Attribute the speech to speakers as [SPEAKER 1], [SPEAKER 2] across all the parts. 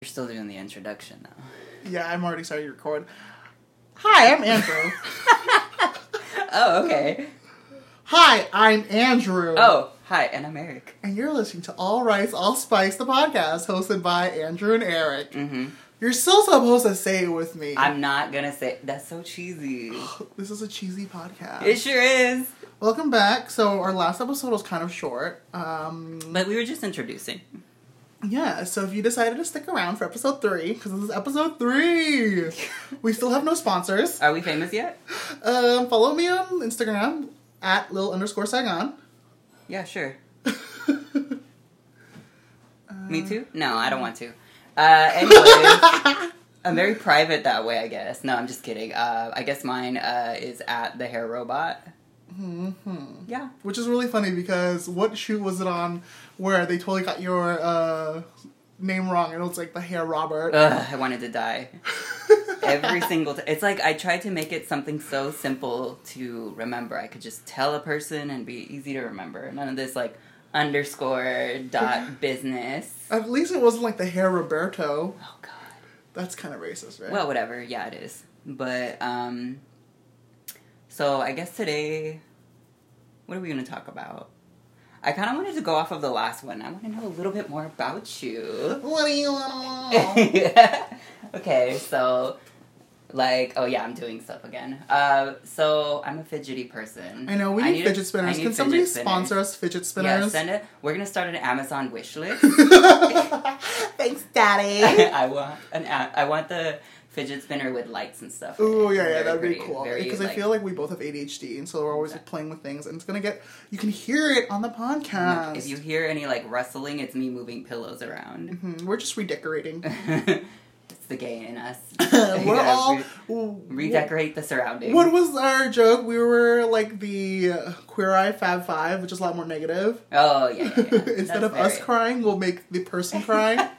[SPEAKER 1] You're still doing the introduction now.
[SPEAKER 2] Yeah, I'm already starting to record. Hi, I'm Andrew.
[SPEAKER 1] Oh, okay.
[SPEAKER 2] Hi, I'm Andrew.
[SPEAKER 1] Oh, hi, and I'm Eric.
[SPEAKER 2] And you're listening to All Rice, All Spice, the podcast hosted by Andrew and Eric.
[SPEAKER 1] hmm
[SPEAKER 2] You're still supposed to say it with me.
[SPEAKER 1] I'm not gonna say that's so cheesy.
[SPEAKER 2] this is a cheesy podcast.
[SPEAKER 1] It sure is.
[SPEAKER 2] Welcome back. So, our last episode was kind of short. Um,
[SPEAKER 1] But we were just introducing.
[SPEAKER 2] yeah, so if you decided to stick around for episode three, because this is episode three, we still have no sponsors.
[SPEAKER 1] Are we famous yet?
[SPEAKER 2] Um, follow me on Instagram at lil underscore Saigon.
[SPEAKER 1] Yeah, sure. Me too? No, I don't want to. Uh, anyways, I'm very private that way, I guess. No, I'm just kidding. Uh, I guess mine uh, is at the hair robot. Mm-hmm. Yeah.
[SPEAKER 2] Which is really funny because what shoot was it on where they totally got your uh, name wrong and it was like the hair Robert?
[SPEAKER 1] Ugh, I wanted to die. Every single time. It's like I tried to make it something so simple to remember. I could just tell a person and be easy to remember. None of this like underscore dot business.
[SPEAKER 2] At least it wasn't like the hair Roberto.
[SPEAKER 1] Oh god.
[SPEAKER 2] That's kind of racist, right?
[SPEAKER 1] Well, whatever. Yeah, it is. But um so I guess today what are we going to talk about? I kind of wanted to go off of the last one. I want to know a little bit more about you.
[SPEAKER 2] what do you want to know?
[SPEAKER 1] okay, so like oh yeah, I'm doing stuff again. Uh, so I'm a fidgety person.
[SPEAKER 2] I know we need,
[SPEAKER 1] a-
[SPEAKER 2] fidget
[SPEAKER 1] I
[SPEAKER 2] spinners.
[SPEAKER 1] need
[SPEAKER 2] Can
[SPEAKER 1] fidget
[SPEAKER 2] somebody
[SPEAKER 1] spinners.
[SPEAKER 2] sponsor us fidget
[SPEAKER 1] Yeah,
[SPEAKER 2] spinners?
[SPEAKER 1] send it. We're gonna start an Amazon wish list.
[SPEAKER 2] Thanks, Daddy.
[SPEAKER 1] I want an. A- I want the fidget spinner with lights and stuff. in
[SPEAKER 2] Ooh,
[SPEAKER 1] it.
[SPEAKER 2] yeah, yeah,
[SPEAKER 1] Very
[SPEAKER 2] that'd be
[SPEAKER 1] pretty,
[SPEAKER 2] cool.
[SPEAKER 1] very,
[SPEAKER 2] Because I feel like we both have ADHD, and so we're always like, playing with things, and it's gonna get you can hear it on the podcast.
[SPEAKER 1] If you hear any like rustling, it's me moving pillows around.
[SPEAKER 2] Mhm, We're just redecorating.
[SPEAKER 1] it's the gay in us. We
[SPEAKER 2] Mm. we're
[SPEAKER 1] gotta
[SPEAKER 2] all
[SPEAKER 1] re-
[SPEAKER 2] redecorating.
[SPEAKER 1] redecorate the surroundings.
[SPEAKER 2] What was our joke? We were like the uh, queer eye Fab Five, which is a lot more negative.
[SPEAKER 1] oh yeah. yeah, yeah.
[SPEAKER 2] Instead
[SPEAKER 1] That's
[SPEAKER 2] of us
[SPEAKER 1] very-
[SPEAKER 2] crying, we'll make the person cry.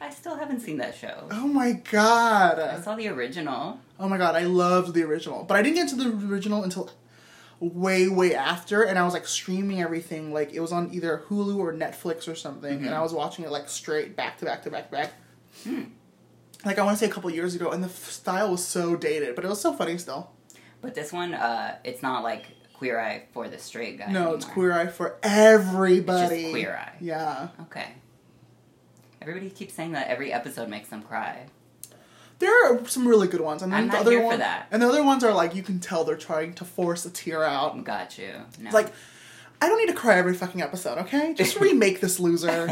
[SPEAKER 1] I still haven't seen that show.
[SPEAKER 2] oh my
[SPEAKER 1] I
[SPEAKER 2] god!
[SPEAKER 1] saw the original.
[SPEAKER 2] Oh my god! I loved the original, but I didn't get to the original until way, way after, and I was like streaming everything. Like it was on either Hulu or Netflix or something, and I was watching it like straight back to back to back to back. Like I want to say a couple years ago, and the f- style was so dated, but it was so funny still.
[SPEAKER 1] But this one, uh, it's not like Queer Eye for the straight guy.
[SPEAKER 2] No, it's
[SPEAKER 1] anymore.
[SPEAKER 2] queer eye for everybody.
[SPEAKER 1] Queer Eye.
[SPEAKER 2] Yeah.
[SPEAKER 1] Okay. Everybody keeps saying that every episode makes them cry.
[SPEAKER 2] There are some really good ones, and then
[SPEAKER 1] I'm
[SPEAKER 2] the
[SPEAKER 1] not
[SPEAKER 2] other
[SPEAKER 1] here for
[SPEAKER 2] one,
[SPEAKER 1] that.
[SPEAKER 2] and the other ones are like you can tell they're trying to force a tear out.
[SPEAKER 1] Got you. No.
[SPEAKER 2] It's like, I don't need to cry every fucking episode, okay? Just remake this loser.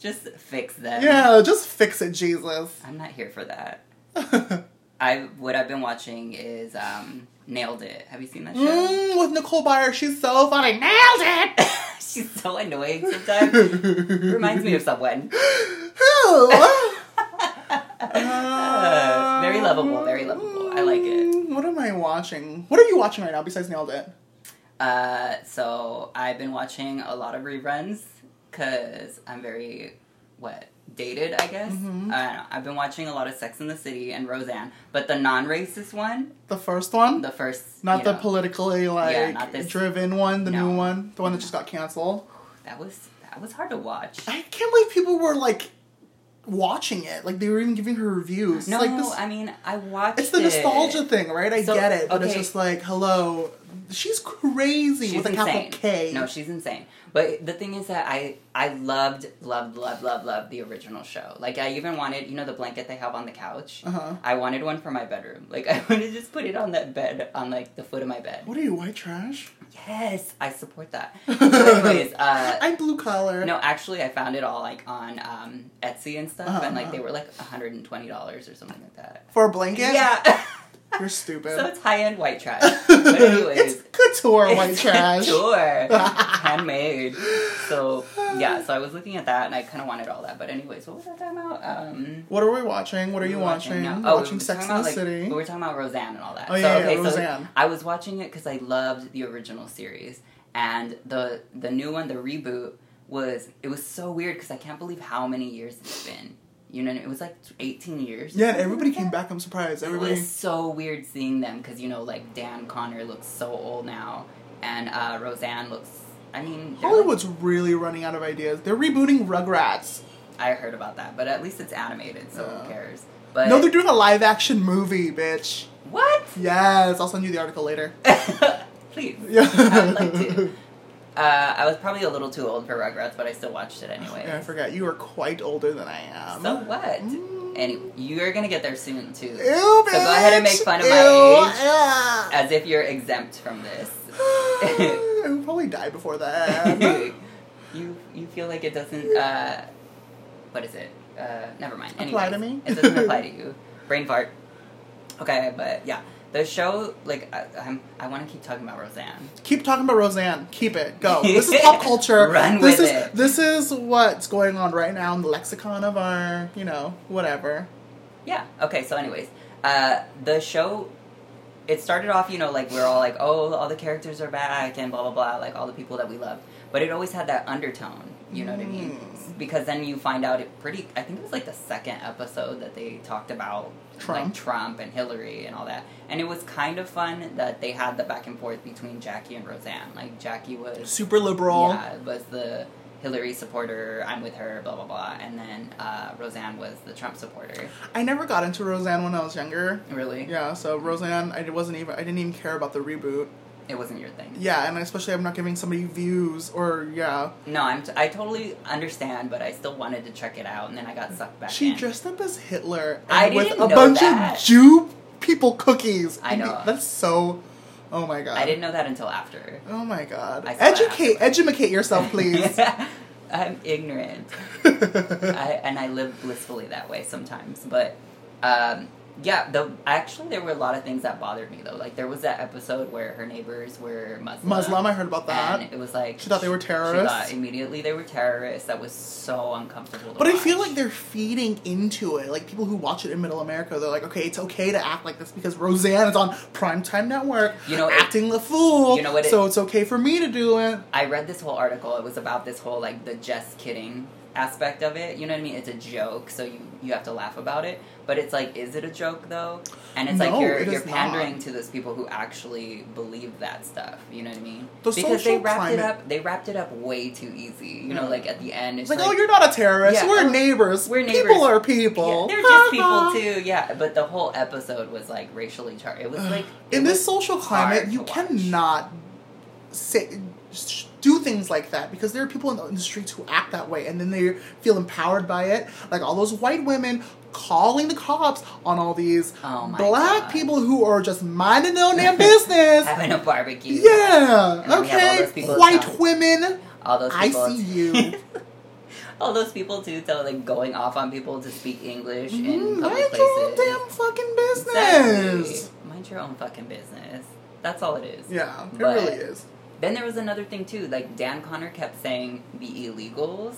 [SPEAKER 1] just fix that.
[SPEAKER 2] yeah, just fix it, Jesus.
[SPEAKER 1] I'm not here for that.
[SPEAKER 2] mm,
[SPEAKER 1] I what I've been watching is um, Nailed It. Have you seen that show?
[SPEAKER 2] with Nicole Byer, she's so funny. Nailed it.
[SPEAKER 1] She's so annoying sometimes. Reminds me of someone.
[SPEAKER 2] Who?
[SPEAKER 1] Uh, very lovable, very lovable. I like it.
[SPEAKER 2] Mm, What am I watching? What are you watching right now besides Nailed It?
[SPEAKER 1] Uh, so I've been watching a lot of reruns because I'm very what dated, I guess.
[SPEAKER 2] Mm-hmm.
[SPEAKER 1] I don't know. I've been watching a lot of Sex in the City and Roseanne, but the non-racist one,
[SPEAKER 2] The first one.
[SPEAKER 1] the first,
[SPEAKER 2] Not
[SPEAKER 1] you
[SPEAKER 2] the
[SPEAKER 1] know,
[SPEAKER 2] politically like
[SPEAKER 1] Yeah, not this-
[SPEAKER 2] driven one, the
[SPEAKER 1] No.
[SPEAKER 2] new one, the one that just got canceled.
[SPEAKER 1] that was that was hard to watch.
[SPEAKER 2] I can't believe people were like watching it. Like they were even giving her reviews.
[SPEAKER 1] No,
[SPEAKER 2] it's like this,
[SPEAKER 1] I mean I watched.
[SPEAKER 2] it's the
[SPEAKER 1] it.
[SPEAKER 2] nostalgia thing, right? I
[SPEAKER 1] So,
[SPEAKER 2] get it, but it's
[SPEAKER 1] okay.
[SPEAKER 2] just like, hello, she's crazy
[SPEAKER 1] She's
[SPEAKER 2] with a
[SPEAKER 1] insane.
[SPEAKER 2] capital K.
[SPEAKER 1] No, she's insane. But the thing is that I I loved loved loved loved loved the original show. Like I even wanted you know the blanket they have on the couch.
[SPEAKER 2] Uh-huh.
[SPEAKER 1] I wanted one for my bedroom. Like I wanted to just put it on that bed on like the foot of my bed.
[SPEAKER 2] what are you, white trash?
[SPEAKER 1] Yes, I support that. So anyways, uh,
[SPEAKER 2] I'm blue collar.
[SPEAKER 1] no, actually I found it all like on um, Etsy and stuff, and like
[SPEAKER 2] Uh-huh.
[SPEAKER 1] they were like hundred and twenty dollars or something like that.
[SPEAKER 2] For a blanket?
[SPEAKER 1] Yeah.
[SPEAKER 2] You're stupid.
[SPEAKER 1] so it's high end white trash. But anyways.
[SPEAKER 2] it's couture white
[SPEAKER 1] It's
[SPEAKER 2] trash.
[SPEAKER 1] couture. handmade. So yeah, so I was looking at that and I kind of wanted all that. But anyways, what was I talking about? Um,
[SPEAKER 2] What are we watching? What are you
[SPEAKER 1] we were
[SPEAKER 2] watching?
[SPEAKER 1] now? we
[SPEAKER 2] watching
[SPEAKER 1] were
[SPEAKER 2] Sex
[SPEAKER 1] talking
[SPEAKER 2] in the
[SPEAKER 1] about, like,
[SPEAKER 2] City.
[SPEAKER 1] We were talking about Roseanne and all that.
[SPEAKER 2] Oh,
[SPEAKER 1] so,
[SPEAKER 2] yeah, yeah,
[SPEAKER 1] okay, so
[SPEAKER 2] Roseanne.
[SPEAKER 1] I was watching it because I loved the original series and the the new one, the reboot was it was so weird because I can't believe how many years it's been. You know, it was like 18 years.
[SPEAKER 2] yeah, and everybody came back. I'm surprised.
[SPEAKER 1] It
[SPEAKER 2] Everybody.
[SPEAKER 1] was so weird seeing them because you know, like Dan Connor looks so old now, and uh, Roseanne looks. I mean, they're, like-
[SPEAKER 2] Hollywood's really running out of ideas. They're rebooting Rugrats.
[SPEAKER 1] I heard about that, but at least it's animated, so
[SPEAKER 2] Yeah.
[SPEAKER 1] who cares? But
[SPEAKER 2] No, they're doing a live action movie, bitch.
[SPEAKER 1] what?
[SPEAKER 2] Yes, I'll send you the article later.
[SPEAKER 1] Please,
[SPEAKER 2] Yeah.
[SPEAKER 1] I would like to. Uh, I was probably a little too old for Rugrats, but I still watched it anyway.
[SPEAKER 2] Yeah, I forgot. You are quite older than I am.
[SPEAKER 1] So what?
[SPEAKER 2] Mm.
[SPEAKER 1] Anyway, you're gonna get there soon too.
[SPEAKER 2] Ew, bitch.
[SPEAKER 1] So go ahead and make fun of my
[SPEAKER 2] Ew,
[SPEAKER 1] age.
[SPEAKER 2] yeah.
[SPEAKER 1] As if you're exempt from this.
[SPEAKER 2] I would probably die before that.
[SPEAKER 1] you you feel like it doesn't. Uh, what is it? Uh, never mind.
[SPEAKER 2] Apply to
[SPEAKER 1] Anyways,
[SPEAKER 2] me?
[SPEAKER 1] It doesn't apply to you. Brain fart. Okay, but yeah, the show. Like I, I'm, I want to keep talking about Roseanne.
[SPEAKER 2] Keep talking about Roseanne. Keep it. Go. This is pop culture.
[SPEAKER 1] Run
[SPEAKER 2] this
[SPEAKER 1] with
[SPEAKER 2] is
[SPEAKER 1] it.
[SPEAKER 2] this is what's going on right now in the lexicon of our, you know, whatever.
[SPEAKER 1] Yeah. Okay. So, anyways, uh, the show. It started off, you know, like we're all like, oh, all the characters are back and blah blah blah, like all the people that we loved. But it always had that undertone, you know what I mean?
[SPEAKER 2] Mm.
[SPEAKER 1] Because then you find out it pretty. I think it was like the second episode that they talked about like
[SPEAKER 2] Trump.
[SPEAKER 1] Trump and Hillary and all that, and it was kind of fun that they had the back and forth between Jackie and Roseanne. Like Jackie was
[SPEAKER 2] Super liberal.
[SPEAKER 1] yeah, it was the Hillary supporter. I'm with her, blah blah blah, and then uh, Roseanne was the Trump supporter.
[SPEAKER 2] I never got into Roseanne when I was younger.
[SPEAKER 1] Really?
[SPEAKER 2] Yeah, so Roseanne, I wasn't even I didn't even care about the reboot.
[SPEAKER 1] it wasn't your thing.
[SPEAKER 2] Yeah, and especially I'm not giving somebody views or yeah.
[SPEAKER 1] No, I'm t- I totally understand, but I still wanted to check it out, and then I got sucked back
[SPEAKER 2] She
[SPEAKER 1] in.
[SPEAKER 2] dressed up as Hitler and
[SPEAKER 1] I
[SPEAKER 2] with
[SPEAKER 1] didn't
[SPEAKER 2] a
[SPEAKER 1] know
[SPEAKER 2] bunch
[SPEAKER 1] that.
[SPEAKER 2] of Jew people cookies.
[SPEAKER 1] I know.
[SPEAKER 2] That's so Oh my god.
[SPEAKER 1] I didn't know that until after.
[SPEAKER 2] Oh my god.
[SPEAKER 1] I saw that
[SPEAKER 2] Educate educate yourself, please.
[SPEAKER 1] I'm ignorant, I, and I live blissfully that way sometimes. But um, yeah, the actually there were a lot of things that bothered me though. Like there was that episode where her neighbors were Muslim.
[SPEAKER 2] Muslim, I heard about that.
[SPEAKER 1] And it was like
[SPEAKER 2] She thought they were
[SPEAKER 1] she
[SPEAKER 2] terrorists.
[SPEAKER 1] thought immediately they were terrorists. That was so uncomfortable. To
[SPEAKER 2] But I feel
[SPEAKER 1] watch.
[SPEAKER 2] like they're feeding into it. Like people who watch it in Middle America, they're like, okay, it's okay to act like this because Roseanne is on primetime network,
[SPEAKER 1] You know, it-
[SPEAKER 2] acting the fool.
[SPEAKER 1] you know what it-
[SPEAKER 2] so it's okay for me to do it.
[SPEAKER 1] I read this whole article. It was about this whole like the just kidding aspect of it. You know what I mean? It's a joke, so you you have to laugh about it. But it's like, is it a joke though? And it's
[SPEAKER 2] No,
[SPEAKER 1] like you're
[SPEAKER 2] it
[SPEAKER 1] you're
[SPEAKER 2] is not.
[SPEAKER 1] pandering to those people who actually believe that stuff. You know what I mean?
[SPEAKER 2] The
[SPEAKER 1] because they
[SPEAKER 2] social
[SPEAKER 1] wrapped it
[SPEAKER 2] climate-
[SPEAKER 1] up. They wrapped it up way too easy. You know, like at the end, it's
[SPEAKER 2] It's like,
[SPEAKER 1] like
[SPEAKER 2] oh, you're not a terrorist.
[SPEAKER 1] Yeah,
[SPEAKER 2] we're
[SPEAKER 1] oh,
[SPEAKER 2] neighbors.
[SPEAKER 1] we're neighbors.
[SPEAKER 2] People are
[SPEAKER 1] yeah,
[SPEAKER 2] people.
[SPEAKER 1] they're just people too. Yeah, but the whole episode was like racially charged. It was like
[SPEAKER 2] In
[SPEAKER 1] it
[SPEAKER 2] this
[SPEAKER 1] was-
[SPEAKER 2] social
[SPEAKER 1] hard
[SPEAKER 2] climate, you
[SPEAKER 1] to watch.
[SPEAKER 2] cannot say sh- do things like that because there are people in the, in the streets who act that way and then they feel empowered by it. Like all those white women calling the cops on all these
[SPEAKER 1] Oh my
[SPEAKER 2] black
[SPEAKER 1] God.
[SPEAKER 2] people who are just minding their own damn business.
[SPEAKER 1] having a barbecue. And
[SPEAKER 2] Yeah.
[SPEAKER 1] we have all
[SPEAKER 2] okay.
[SPEAKER 1] those people
[SPEAKER 2] White
[SPEAKER 1] down.
[SPEAKER 2] women.
[SPEAKER 1] all those
[SPEAKER 2] I
[SPEAKER 1] people.
[SPEAKER 2] see you.
[SPEAKER 1] all those people too so like going off on people to speak english in
[SPEAKER 2] Mm,
[SPEAKER 1] public
[SPEAKER 2] Mind your own
[SPEAKER 1] places
[SPEAKER 2] damn fucking business.
[SPEAKER 1] Exactly. mind your own fucking business that's all it is
[SPEAKER 2] Yeah, it
[SPEAKER 1] But-
[SPEAKER 2] really is.
[SPEAKER 1] then there was another thing too like dan connor kept saying the illegals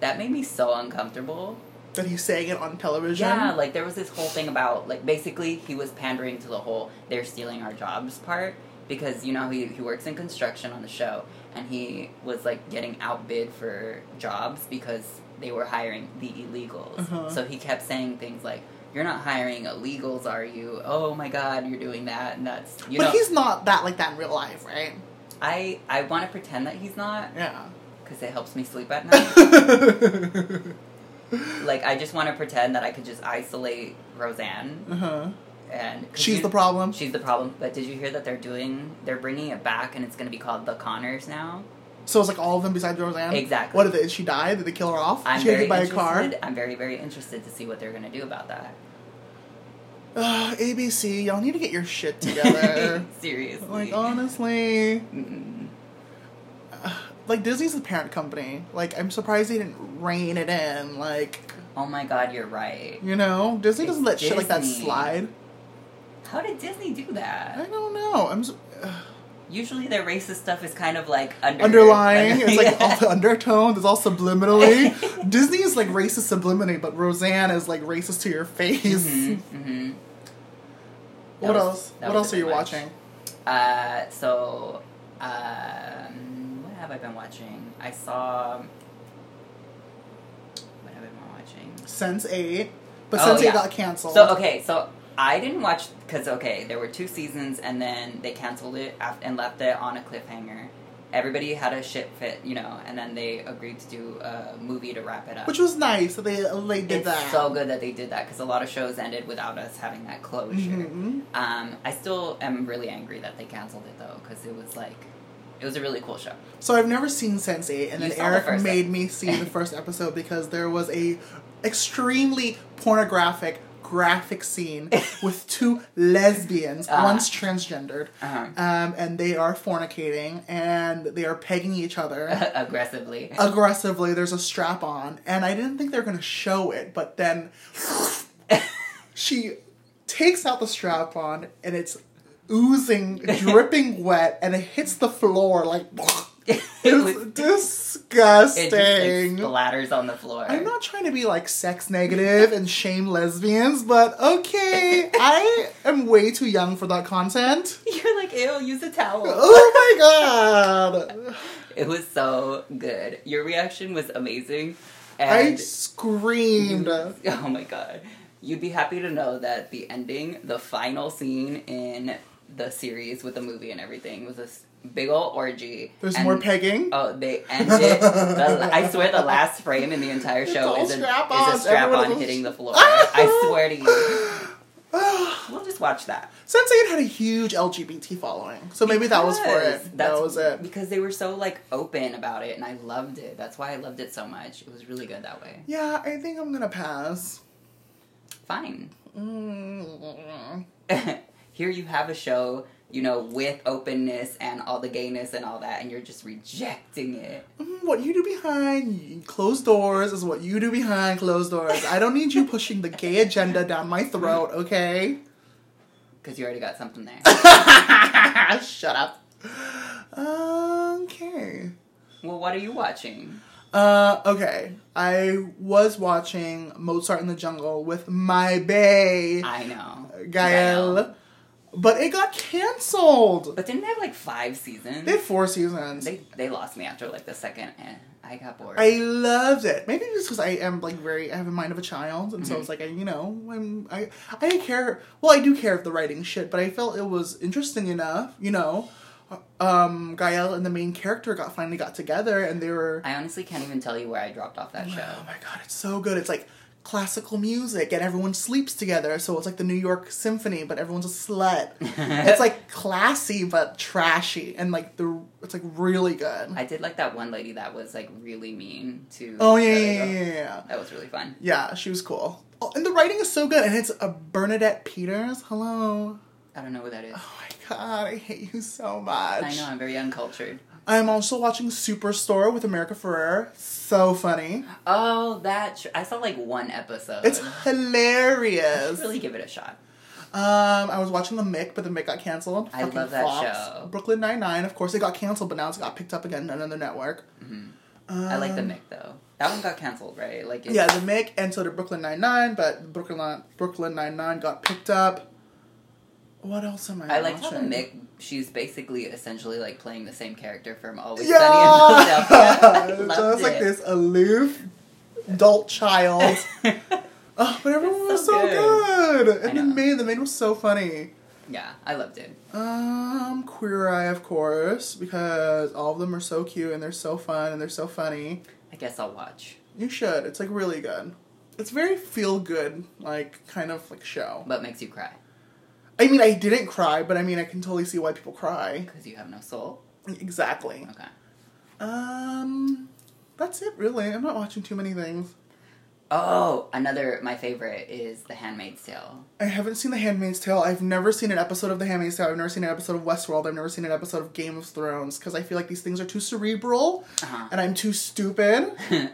[SPEAKER 1] that made me so uncomfortable
[SPEAKER 2] That he's saying it on television.
[SPEAKER 1] yeah like there was this whole thing about like basically he was pandering to the whole they're stealing our jobs part because you know he, he works in construction on the show and he was like getting outbid for jobs because they were hiring the illegals
[SPEAKER 2] Uh-huh.
[SPEAKER 1] so he kept saying things like you're not hiring illegals are you oh my god you're doing that and that's you
[SPEAKER 2] but
[SPEAKER 1] know
[SPEAKER 2] he's not that like that in real life, right?
[SPEAKER 1] i i want to pretend that he's not
[SPEAKER 2] Yeah.
[SPEAKER 1] because it helps me sleep at night Uh-huh. like i just want to pretend that i could just isolate roseanne
[SPEAKER 2] uh-huh.
[SPEAKER 1] and 'cause
[SPEAKER 2] She's
[SPEAKER 1] you-
[SPEAKER 2] the problem.
[SPEAKER 1] She's the problem. But did you hear that they're doing? They're bringing it back, and it's going to be called the Connors now.
[SPEAKER 2] So it's like all of them besides Roseanne.
[SPEAKER 1] Exactly.
[SPEAKER 2] What did they, she die? Did they kill her off?
[SPEAKER 1] I'm
[SPEAKER 2] she got
[SPEAKER 1] very
[SPEAKER 2] hit by a
[SPEAKER 1] interested.
[SPEAKER 2] car.
[SPEAKER 1] I'm very very interested to see what they're going to do about that.
[SPEAKER 2] Ugh, ABC, y'all need to get your shit together.
[SPEAKER 1] Seriously.
[SPEAKER 2] like oh honestly,
[SPEAKER 1] Mm-mm.
[SPEAKER 2] like Disney's the parent company. Like I'm surprised they didn't rein it in. Like
[SPEAKER 1] Oh my God, you're right.
[SPEAKER 2] you know, Disney doesn't let
[SPEAKER 1] It's
[SPEAKER 2] shit like that
[SPEAKER 1] Disney.
[SPEAKER 2] slide.
[SPEAKER 1] How did Disney do
[SPEAKER 2] I
[SPEAKER 1] that?
[SPEAKER 2] don't know. I'm s ugh.
[SPEAKER 1] Usually their racist stuff is kind of like under,
[SPEAKER 2] underlying. It's like all
[SPEAKER 1] Yeah.
[SPEAKER 2] the undertones. It's all subliminally. Disney is like racist subliminally, but Roseanne is like racist to your face.
[SPEAKER 1] Mhm, mhm. That
[SPEAKER 2] What
[SPEAKER 1] was-
[SPEAKER 2] else?
[SPEAKER 1] that
[SPEAKER 2] What
[SPEAKER 1] was
[SPEAKER 2] else
[SPEAKER 1] a
[SPEAKER 2] are
[SPEAKER 1] bit
[SPEAKER 2] you
[SPEAKER 1] much.
[SPEAKER 2] watching?
[SPEAKER 1] Uh, so, um, what have I been watching? I saw. What have I been watching?
[SPEAKER 2] Sense Eight, but
[SPEAKER 1] Oh,
[SPEAKER 2] Sense
[SPEAKER 1] yeah.
[SPEAKER 2] Eight got canceled.
[SPEAKER 1] So okay, so I didn't watch because okay, there were two seasons and then they canceled it af- and left it on a cliffhanger. everybody had a shit fit, you know, and then they agreed to do a movie to wrap it up.
[SPEAKER 2] Which was nice that they uh, they did
[SPEAKER 1] it's
[SPEAKER 2] that.
[SPEAKER 1] so good that they did that because a lot of shows ended without us having that closure.
[SPEAKER 2] Mhm.
[SPEAKER 1] Um, I still am really angry that they canceled it though because it was like it was a really cool show.
[SPEAKER 2] So I've never seen Sense8, and
[SPEAKER 1] You
[SPEAKER 2] then
[SPEAKER 1] saw the
[SPEAKER 2] Eric
[SPEAKER 1] first
[SPEAKER 2] made
[SPEAKER 1] ep-
[SPEAKER 2] me see the first episode because there was a extremely pornographic graphic scene with two lesbians,
[SPEAKER 1] Ah.
[SPEAKER 2] one's transgendered,
[SPEAKER 1] Uh-huh.
[SPEAKER 2] um, and they are fornicating and they are pegging each other
[SPEAKER 1] Aggressively.
[SPEAKER 2] aggressively. There's a strap on, and I didn't think they were gonna show it, but then she takes out the strap on, and it's oozing, dripping wet, and it hits the floor like.
[SPEAKER 1] it
[SPEAKER 2] It's
[SPEAKER 1] was- it just
[SPEAKER 2] disgusting.
[SPEAKER 1] like, splatters on the floor.
[SPEAKER 2] I'm not trying to be like sex negative and shame lesbians, but okay, I am way too young for that content.
[SPEAKER 1] You're like, ew, use a towel.
[SPEAKER 2] Oh my god!
[SPEAKER 1] It was so good. Your reaction was amazing.
[SPEAKER 2] I
[SPEAKER 1] And
[SPEAKER 2] screamed.
[SPEAKER 1] oh my god. You'd be happy to know that the ending, the final scene in the series with the movie and everything was this big old orgy.
[SPEAKER 2] There's
[SPEAKER 1] and-
[SPEAKER 2] more pegging.
[SPEAKER 1] Oh, they ended. The, I swear the last frame in the entire
[SPEAKER 2] It's
[SPEAKER 1] show
[SPEAKER 2] all
[SPEAKER 1] is, an,
[SPEAKER 2] strap-ons.
[SPEAKER 1] is a strap
[SPEAKER 2] Everyone
[SPEAKER 1] on
[SPEAKER 2] was-
[SPEAKER 1] hitting the floor. I swear to you. We'll just watch that.
[SPEAKER 2] Sensei had a huge LGBT following, so maybe that was for
[SPEAKER 1] Because
[SPEAKER 2] it.
[SPEAKER 1] that's-
[SPEAKER 2] That was it.
[SPEAKER 1] Because they were so like open about it, and I loved it. That's why I loved it so much. It was really good that way.
[SPEAKER 2] Yeah, I think I'm gonna pass.
[SPEAKER 1] Fine.
[SPEAKER 2] Mm.
[SPEAKER 1] Here you have a show, you know, with openness and all the gayness and all that, and you're just rejecting it.
[SPEAKER 2] Mm, What you do behind closed doors is what you do behind closed doors. I don't need you pushing the gay agenda down my throat, okay?
[SPEAKER 1] Because you already got something there.
[SPEAKER 2] Shut up. Okay.
[SPEAKER 1] well, what are you watching?
[SPEAKER 2] Uh, okay. I was watching Mozart in the Jungle with my bae,
[SPEAKER 1] I know.
[SPEAKER 2] Uh, Gael, but it got canceled.
[SPEAKER 1] But didn't they have like five seasons?
[SPEAKER 2] They had four seasons.
[SPEAKER 1] They they lost me after like the second, and I got bored.
[SPEAKER 2] I loved it. Maybe it's because I am like very I have a mind of a child, and so
[SPEAKER 1] Mm-hmm.
[SPEAKER 2] it's like I you know I'm I I didn't care. Well, I do care if the writing shit, but I felt it was interesting enough. You know, um, Gael and the main character got finally got together, and they were.
[SPEAKER 1] I honestly can't even tell you where I dropped off that
[SPEAKER 2] Oh
[SPEAKER 1] show.
[SPEAKER 2] my god, it's so good. It's like classical music and everyone sleeps together. So it's like the New York Symphony, but everyone's a slut. it's like classy but trashy and like the it's like really good.
[SPEAKER 1] I did like that one lady that was like really mean to.
[SPEAKER 2] oh
[SPEAKER 1] the
[SPEAKER 2] yeah,
[SPEAKER 1] other
[SPEAKER 2] yeah,
[SPEAKER 1] girl.
[SPEAKER 2] yeah, yeah, yeah.
[SPEAKER 1] That was really fun.
[SPEAKER 2] Yeah, she was cool. Oh, and the writing is so good and it's a Bernadette Peters. Hello.
[SPEAKER 1] I don't know what that is.
[SPEAKER 2] Oh my god, I hate you so much.
[SPEAKER 1] I know I'm very uncultured.
[SPEAKER 2] I'm also watching Superstore with America Ferrera. So funny.
[SPEAKER 1] Oh, that tr- I saw like one episode.
[SPEAKER 2] It's
[SPEAKER 1] Let's
[SPEAKER 2] hilarious.
[SPEAKER 1] really give it a shot.
[SPEAKER 2] Um, I was watching The Mick, but The Mick got canceled.
[SPEAKER 1] I love that show.
[SPEAKER 2] Brooklyn Nine Nine, of course, it got canceled, but now it's got picked up again on another network.
[SPEAKER 1] Mm-hmm. I like the Mick though. That one got canceled, right? Like it,
[SPEAKER 2] Um, Yeah, The Mick, and so did Brooklyn Nine Nine, but Brooklyn Brooklyn Nine Nine got picked up. What else am I?
[SPEAKER 1] I liked how the
[SPEAKER 2] watching?
[SPEAKER 1] Mick. She's basically essentially like playing the same character from Always
[SPEAKER 2] Yeah,
[SPEAKER 1] Sunny in Philadelphia. I loved
[SPEAKER 2] so it's like
[SPEAKER 1] it.
[SPEAKER 2] this aloof adult child. oh, but everyone
[SPEAKER 1] It's
[SPEAKER 2] was
[SPEAKER 1] so
[SPEAKER 2] so
[SPEAKER 1] good.
[SPEAKER 2] good,
[SPEAKER 1] I
[SPEAKER 2] and the
[SPEAKER 1] know.
[SPEAKER 2] maid, the maid was so funny.
[SPEAKER 1] yeah, I loved it.
[SPEAKER 2] Um, Queer Eye, of course, because all of them are so cute and they're so fun and they're so funny.
[SPEAKER 1] I guess I'll watch.
[SPEAKER 2] You should. It's like really good. It's very feel good, like kind of like show.
[SPEAKER 1] What makes you cry?
[SPEAKER 2] I mean, I didn't cry, but I mean, I can totally see why people cry.
[SPEAKER 1] Because you have no soul.
[SPEAKER 2] Exactly.
[SPEAKER 1] Okay.
[SPEAKER 2] Um, that's it really. I'm not watching too many things.
[SPEAKER 1] Oh, another my favorite is The Handmaid's Tale.
[SPEAKER 2] I haven't seen The Handmaid's Tale. I've never seen an episode of The Handmaid's Tale. I've never seen an episode of Westworld. I've never seen an episode of Game of Thrones because I feel like these things are too cerebral
[SPEAKER 1] Uh-huh.
[SPEAKER 2] and I'm too stupid.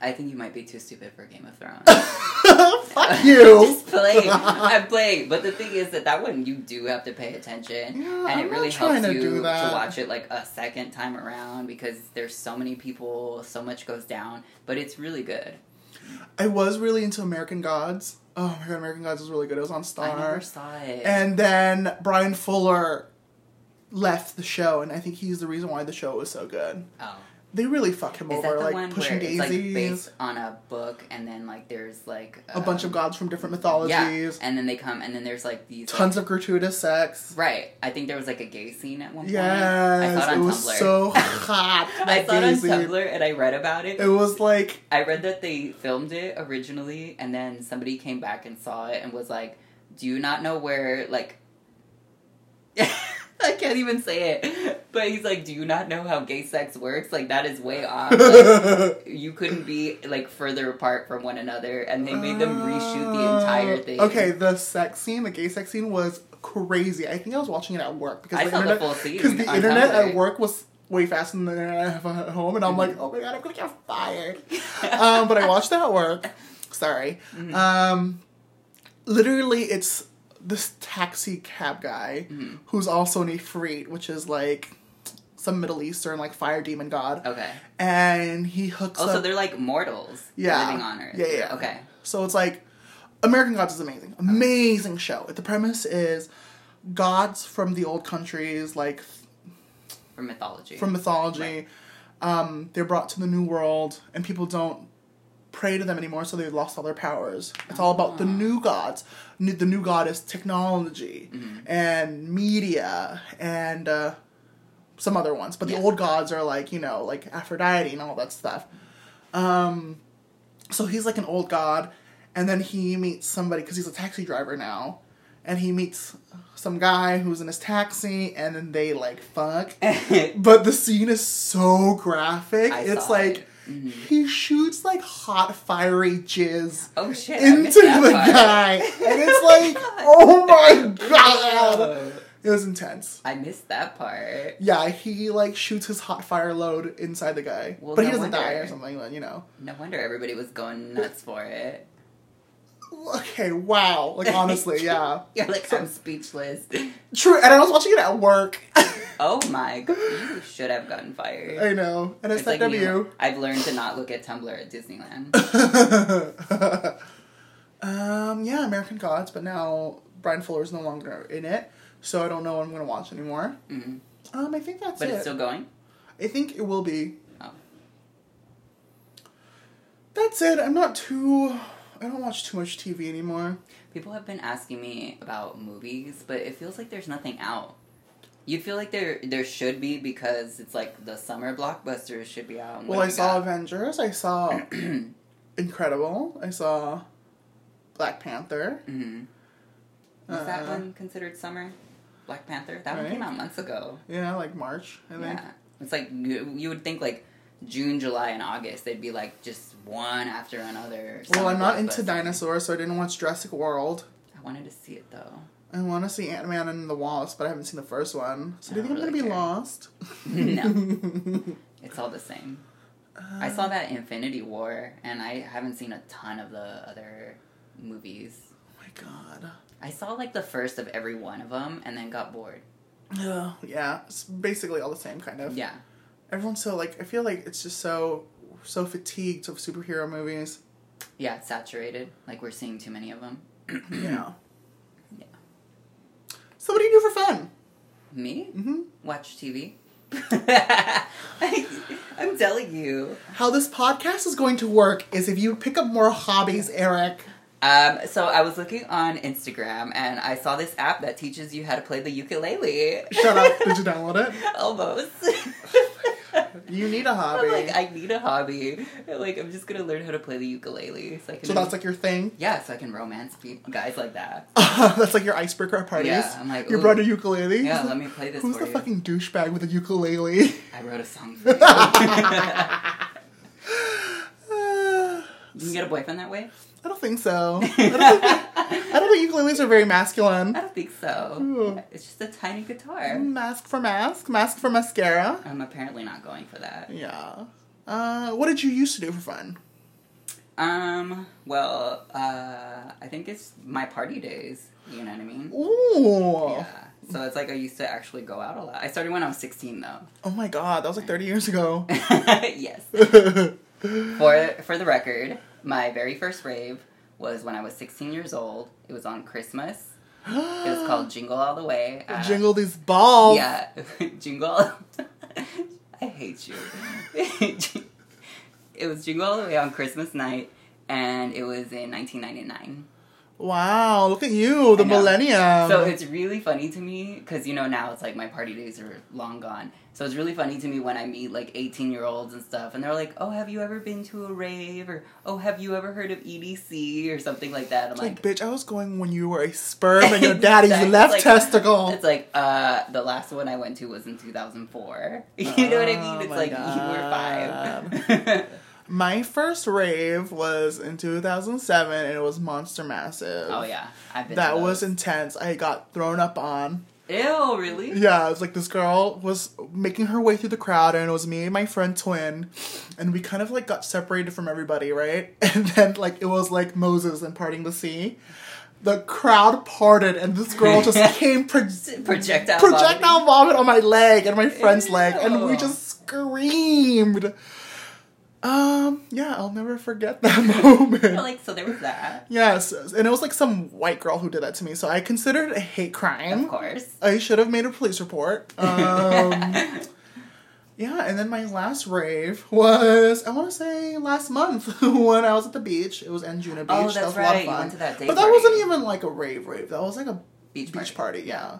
[SPEAKER 1] I think you might be too stupid for Game of Thrones.
[SPEAKER 2] Fuck you.
[SPEAKER 1] Just playing. I'm playing. But the thing is that that one you do have to pay attention,
[SPEAKER 2] Yeah,
[SPEAKER 1] and
[SPEAKER 2] I'm
[SPEAKER 1] it
[SPEAKER 2] not
[SPEAKER 1] really
[SPEAKER 2] trying
[SPEAKER 1] helps
[SPEAKER 2] to
[SPEAKER 1] you
[SPEAKER 2] do
[SPEAKER 1] to
[SPEAKER 2] that.
[SPEAKER 1] watch it like a second time around because there's so many people, so much goes down. But it's really good.
[SPEAKER 2] I was really into American Gods. Oh my god, American Gods was really good. It was on Star.
[SPEAKER 1] I never saw it.
[SPEAKER 2] And then Brian Fuller left the show, and I think he's the reason why the show was so good.
[SPEAKER 1] oh,
[SPEAKER 2] They really fuck him
[SPEAKER 1] Is that
[SPEAKER 2] over,
[SPEAKER 1] the
[SPEAKER 2] like
[SPEAKER 1] one
[SPEAKER 2] pushing
[SPEAKER 1] where it's like
[SPEAKER 2] daisies.
[SPEAKER 1] based on a book, and then like there's like
[SPEAKER 2] a bunch of
[SPEAKER 1] um,
[SPEAKER 2] gods from different
[SPEAKER 1] yeah,
[SPEAKER 2] mythologies,
[SPEAKER 1] and then they come, and then there's like these
[SPEAKER 2] tons of gratuitous sex.
[SPEAKER 1] Right. I think there was like a gay scene at one point. I
[SPEAKER 2] Yes,
[SPEAKER 1] saw it
[SPEAKER 2] it
[SPEAKER 1] on
[SPEAKER 2] was
[SPEAKER 1] Tumblr.
[SPEAKER 2] so hot.
[SPEAKER 1] I
[SPEAKER 2] that
[SPEAKER 1] saw it on
[SPEAKER 2] daisy.
[SPEAKER 1] Tumblr and I read about it.
[SPEAKER 2] It was like
[SPEAKER 1] I read that they filmed it originally and then somebody came back and saw it and was like, Do you not know where like I can't even say it. But he's like, Do you not know how gay sex works? Like that is way off. Like, you couldn't be like further apart from one another and they made them reshoot the entire thing.
[SPEAKER 2] Oh. Uh, Okay, the sex scene, the gay sex scene was crazy. I think I was watching it at work because
[SPEAKER 1] I
[SPEAKER 2] the
[SPEAKER 1] saw the
[SPEAKER 2] internet,
[SPEAKER 1] full scene
[SPEAKER 2] Because the
[SPEAKER 1] on
[SPEAKER 2] internet
[SPEAKER 1] Tumblr. Mm-hmm.
[SPEAKER 2] at work was way faster than the internet I have at home, and I'm like, oh my god, I'm gonna get fired. um, but I watched it at work. Sorry.
[SPEAKER 1] Mm-hmm.
[SPEAKER 2] Um, literally, it's this taxi cab guy
[SPEAKER 1] Mm-hmm.
[SPEAKER 2] who's also an Ifrit, which is like some Middle Eastern like fire demon god,
[SPEAKER 1] Okay.
[SPEAKER 2] and he hooks
[SPEAKER 1] Oh. Also,
[SPEAKER 2] up.
[SPEAKER 1] they're like mortals
[SPEAKER 2] Yeah.
[SPEAKER 1] living on Earth.
[SPEAKER 2] Yeah, yeah.
[SPEAKER 1] Okay.
[SPEAKER 2] So it's like American Gods is amazing. Amazing show. The premise is gods from the old countries, like
[SPEAKER 1] From mythology.
[SPEAKER 2] from mythology, um, they're brought to the new world and people don't pray to them anymore, so they've lost all their powers. It's all about the new gods. New, the new god is technology and media and uh, some other ones, but
[SPEAKER 1] Yeah.
[SPEAKER 2] the old gods are like, you know, like Aphrodite and all that stuff. Um, So he's like an old god, and then he meets somebody because he's a taxi driver now, and he meets some guy who's in his taxi, and then they like fuck. but the scene is so graphic.
[SPEAKER 1] I
[SPEAKER 2] it's
[SPEAKER 1] saw
[SPEAKER 2] like
[SPEAKER 1] it. Mm-hmm.
[SPEAKER 2] he shoots like hot fiery jizz
[SPEAKER 1] oh shit! I missed
[SPEAKER 2] into
[SPEAKER 1] that
[SPEAKER 2] the
[SPEAKER 1] part.
[SPEAKER 2] guy, and it's like, oh my god,
[SPEAKER 1] Oh,
[SPEAKER 2] it was intense.
[SPEAKER 1] I missed that part.
[SPEAKER 2] Yeah, he like shoots his hot fire load inside the guy,
[SPEAKER 1] Well,
[SPEAKER 2] but he
[SPEAKER 1] no
[SPEAKER 2] doesn't die
[SPEAKER 1] wonder.
[SPEAKER 2] or something. But you know.
[SPEAKER 1] No wonder everybody was going nuts for it.
[SPEAKER 2] Okay, wow. Like honestly, yeah.
[SPEAKER 1] You're like I'm speechless.
[SPEAKER 2] True, and I was watching it at work.
[SPEAKER 1] Oh my god! You should have gotten fired.
[SPEAKER 2] I know, and it's,
[SPEAKER 1] It's like
[SPEAKER 2] W.
[SPEAKER 1] you- I've learned to not look at Tumblr at Disneyland.
[SPEAKER 2] um, yeah, American Gods, but now Brian Fuller is no longer in it, so I don't know what I'm gonna watch anymore.
[SPEAKER 1] Mhm.
[SPEAKER 2] Um, I think that's
[SPEAKER 1] But
[SPEAKER 2] it.
[SPEAKER 1] it's still going.
[SPEAKER 2] I think it will be.
[SPEAKER 1] Oh.
[SPEAKER 2] That's it. I'm not too. I don't watch too much TV anymore.
[SPEAKER 1] People have been asking me about movies, but it feels like there's nothing out. You feel like there there should be because it's like the summer blockbusters should be out. and
[SPEAKER 2] Well,
[SPEAKER 1] what
[SPEAKER 2] I
[SPEAKER 1] do we
[SPEAKER 2] saw
[SPEAKER 1] got?
[SPEAKER 2] Avengers. I saw Incredible. I saw Black Panther.
[SPEAKER 1] Mm-hmm. Was
[SPEAKER 2] Uh,
[SPEAKER 1] that one considered summer? Black Panther? That one came
[SPEAKER 2] right.
[SPEAKER 1] out months ago.
[SPEAKER 2] Yeah, like March. I think.
[SPEAKER 1] Yeah. It's like you, you would think like June, July, and August they'd be like just one after another.
[SPEAKER 2] Well,
[SPEAKER 1] summer
[SPEAKER 2] I'm not into
[SPEAKER 1] blockbuster.
[SPEAKER 2] dinosaurs, so I didn't watch Jurassic World.
[SPEAKER 1] I wanted to see it though.
[SPEAKER 2] I want to see Ant Man and the Wasp, but I haven't seen the first one. So do you
[SPEAKER 1] I
[SPEAKER 2] think I'm
[SPEAKER 1] don't
[SPEAKER 2] gonna
[SPEAKER 1] really
[SPEAKER 2] be
[SPEAKER 1] care.
[SPEAKER 2] lost?
[SPEAKER 1] Oh, no, it's all the same. I saw that Infinity War, and I haven't seen a ton of the other movies.
[SPEAKER 2] Oh my god.
[SPEAKER 1] I saw like the first of every one of them, and then got bored.
[SPEAKER 2] Yeah, yeah. It's basically all the same kind of.
[SPEAKER 1] Yeah,
[SPEAKER 2] Everyone's so like I feel like it's just so so fatigued of superhero movies.
[SPEAKER 1] yeah, it's saturated. Like we're seeing too many of them.
[SPEAKER 2] you know.
[SPEAKER 1] Yeah.
[SPEAKER 2] So what do you do for fun?
[SPEAKER 1] Me?
[SPEAKER 2] hmm
[SPEAKER 1] Watch TV. I, I'm telling you.
[SPEAKER 2] How this podcast is going to work is if you pick up more hobbies, Eric.
[SPEAKER 1] Um, so I was looking on Instagram and I saw this app that teaches you how to play the ukulele.
[SPEAKER 2] Shut up. Did you download it?
[SPEAKER 1] Almost.
[SPEAKER 2] You need a hobby.
[SPEAKER 1] I'm like, I need a hobby. Like, I'm just gonna learn how to play the ukulele. So, I can,
[SPEAKER 2] so that's like your thing.
[SPEAKER 1] yeah, so I can romance people, guys like that.
[SPEAKER 2] that's like your icebreaker at parties.
[SPEAKER 1] Yeah, I'm like,
[SPEAKER 2] you
[SPEAKER 1] ooh.
[SPEAKER 2] brought a ukulele.
[SPEAKER 1] Yeah, let me play this
[SPEAKER 2] Who's
[SPEAKER 1] for
[SPEAKER 2] the
[SPEAKER 1] you.
[SPEAKER 2] fucking douchebag with a ukulele?
[SPEAKER 1] I wrote a song for you.
[SPEAKER 2] Uh,
[SPEAKER 1] you can get a boyfriend that way?
[SPEAKER 2] I don't think so. I don't think, I don't think ukuleles are very masculine.
[SPEAKER 1] I don't think so.
[SPEAKER 2] Ooh.
[SPEAKER 1] It's just a tiny guitar.
[SPEAKER 2] Mask for mask, mask for mascara.
[SPEAKER 1] I'm apparently not going for that.
[SPEAKER 2] Yeah. Uh, what did you used to do for fun?
[SPEAKER 1] Um, well, uh, I think it's my party days. You know what I mean?
[SPEAKER 2] Ooh.
[SPEAKER 1] Yeah. So it's like I used to actually go out a lot. I started when I was 16, though.
[SPEAKER 2] Oh my god, that was like 30 years ago.
[SPEAKER 1] yes. For for the record, my very first rave was when I was 16 years old. It was on Christmas. It was called Jingle All the Way. at-
[SPEAKER 2] Jingle these balls.
[SPEAKER 1] Yeah, Jingle. I hate you. it was Jingle All the Way on Christmas night, and it was in 1999.
[SPEAKER 2] Wow, look at you, the
[SPEAKER 1] I know.
[SPEAKER 2] millennium.
[SPEAKER 1] So it's really funny to me because you know now it's like my party days are long gone. So it's really funny to me when I meet like eighteen year olds and stuff, and they're like, "Oh, have you ever been to a rave?" or "Oh, have you ever heard of EDC?" or something like that. I'm
[SPEAKER 2] It's
[SPEAKER 1] like,
[SPEAKER 2] like, bitch, I was going when you were a sperm and your daddy's
[SPEAKER 1] Exactly.
[SPEAKER 2] left
[SPEAKER 1] Like,
[SPEAKER 2] testicle.
[SPEAKER 1] It's like uh, the last one I went to was in 2004. You know what I
[SPEAKER 2] Oh
[SPEAKER 1] mean? It's
[SPEAKER 2] my
[SPEAKER 1] like you were five.
[SPEAKER 2] My first rave was in 2007, and it was Monster Massive.
[SPEAKER 1] oh yeah, I've been. to
[SPEAKER 2] That
[SPEAKER 1] those.
[SPEAKER 2] was intense. I got thrown up on.
[SPEAKER 1] ew. Really?
[SPEAKER 2] Yeah, it was like this girl was making her way through the crowd, and it was me and my friend Twin, and we kind of like got separated from everybody, right? And then like it was like Moses and parting the sea. The crowd parted, and this girl just came pro-
[SPEAKER 1] Projectile.
[SPEAKER 2] projectile vomit on my leg and my friend's leg, and we
[SPEAKER 1] Ew.
[SPEAKER 2] just screamed. Um, yeah, I'll never forget that moment.
[SPEAKER 1] Like so, there was that.
[SPEAKER 2] Yes, and it was like some white girl who did that to me, so I considered it a hate crime.
[SPEAKER 1] Of course.
[SPEAKER 2] I should have made a police report. Um, yeah, and then my last rave was I want to say last month when I was at the beach. It was Anjuna Beach.
[SPEAKER 1] Oh,
[SPEAKER 2] that
[SPEAKER 1] that's
[SPEAKER 2] was
[SPEAKER 1] right. You went to that day
[SPEAKER 2] but that
[SPEAKER 1] party.
[SPEAKER 2] wasn't even like a rave rave. That was like a
[SPEAKER 1] Beach
[SPEAKER 2] beach
[SPEAKER 1] party.
[SPEAKER 2] party. yeah,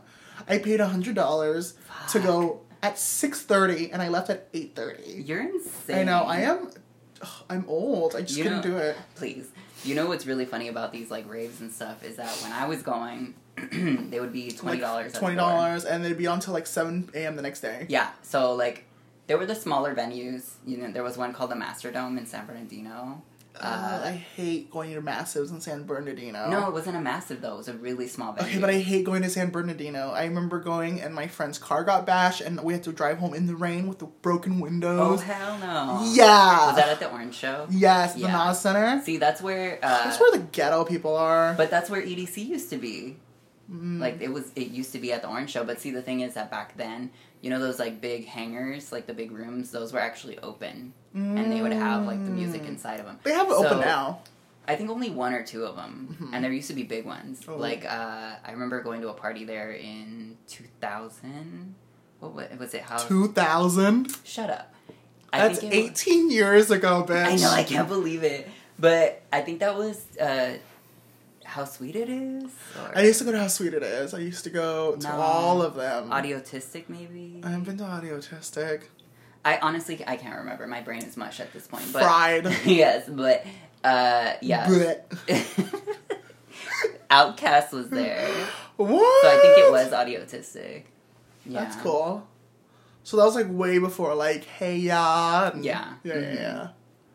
[SPEAKER 2] I paid hundred dollars to go at six thirty, and I left at eight thirty.
[SPEAKER 1] You're insane.
[SPEAKER 2] I know I am. ugh, I'm old. I just
[SPEAKER 1] You
[SPEAKER 2] couldn't
[SPEAKER 1] know-
[SPEAKER 2] do it.
[SPEAKER 1] Please. You know what's really funny about these like raves and stuff is that when I was going, they would be twenty
[SPEAKER 2] Like,
[SPEAKER 1] dollars.
[SPEAKER 2] Twenty dollars, and they'd be on till like seven a.m. the next day.
[SPEAKER 1] Yeah. So like, there were the smaller venues. You know, there was one called the Masterdome in San Bernardino.
[SPEAKER 2] Uh, I hate going to massives in San Bernardino.
[SPEAKER 1] No, it wasn't a massive though. It was a really small venue.
[SPEAKER 2] Oh. Okay, but I hate going to San Bernardino. I remember going and my friend's car got bashed and we had to drive home in the rain with the broken
[SPEAKER 1] oh
[SPEAKER 2] windows.
[SPEAKER 1] hell no.
[SPEAKER 2] yeah.
[SPEAKER 1] Was that at the Orange Show?
[SPEAKER 2] yes, the
[SPEAKER 1] Yeah.
[SPEAKER 2] Nas Center.
[SPEAKER 1] See, that's where. Uh,
[SPEAKER 2] That's where the ghetto people are.
[SPEAKER 1] But that's where EDC used to be.
[SPEAKER 2] Mm.
[SPEAKER 1] Like it was, it used to be at the Orange Show. But see, the thing is that back then, you know, those like big hangars, like the big rooms, those were actually open, and they would have like the music
[SPEAKER 2] Mm.
[SPEAKER 1] inside of them.
[SPEAKER 2] they have it open now.
[SPEAKER 1] I think only one or two of them, and there used to be big ones.
[SPEAKER 2] Mm-hmm. Oh.
[SPEAKER 1] Like uh, I remember going to a party there in two thousand. What wa- was it? How?
[SPEAKER 2] 2000?
[SPEAKER 1] Shut up.
[SPEAKER 2] That's
[SPEAKER 1] um, think it was-
[SPEAKER 2] 18 years ago, bitch.
[SPEAKER 1] I know, I can't believe it. But I think that was uh, how sweet it is. Or
[SPEAKER 2] I used to go to How Sweet It Is. I used to go to
[SPEAKER 1] No.
[SPEAKER 2] all of them.
[SPEAKER 1] audiotistic, maybe.
[SPEAKER 2] I haven't been to Audiotistic.
[SPEAKER 1] I honestly I can't remember. My brain is mush at this point. But
[SPEAKER 2] Fried.
[SPEAKER 1] yes, but uh, yeah.
[SPEAKER 2] Blech.
[SPEAKER 1] Outcast was there,
[SPEAKER 2] What?
[SPEAKER 1] so I think it was audiotistic. Yeah.
[SPEAKER 2] That's cool. So that was like way before, like, hey, ya. and-
[SPEAKER 1] Yeah. Mm-hmm.
[SPEAKER 2] Yeah, yeah, yeah.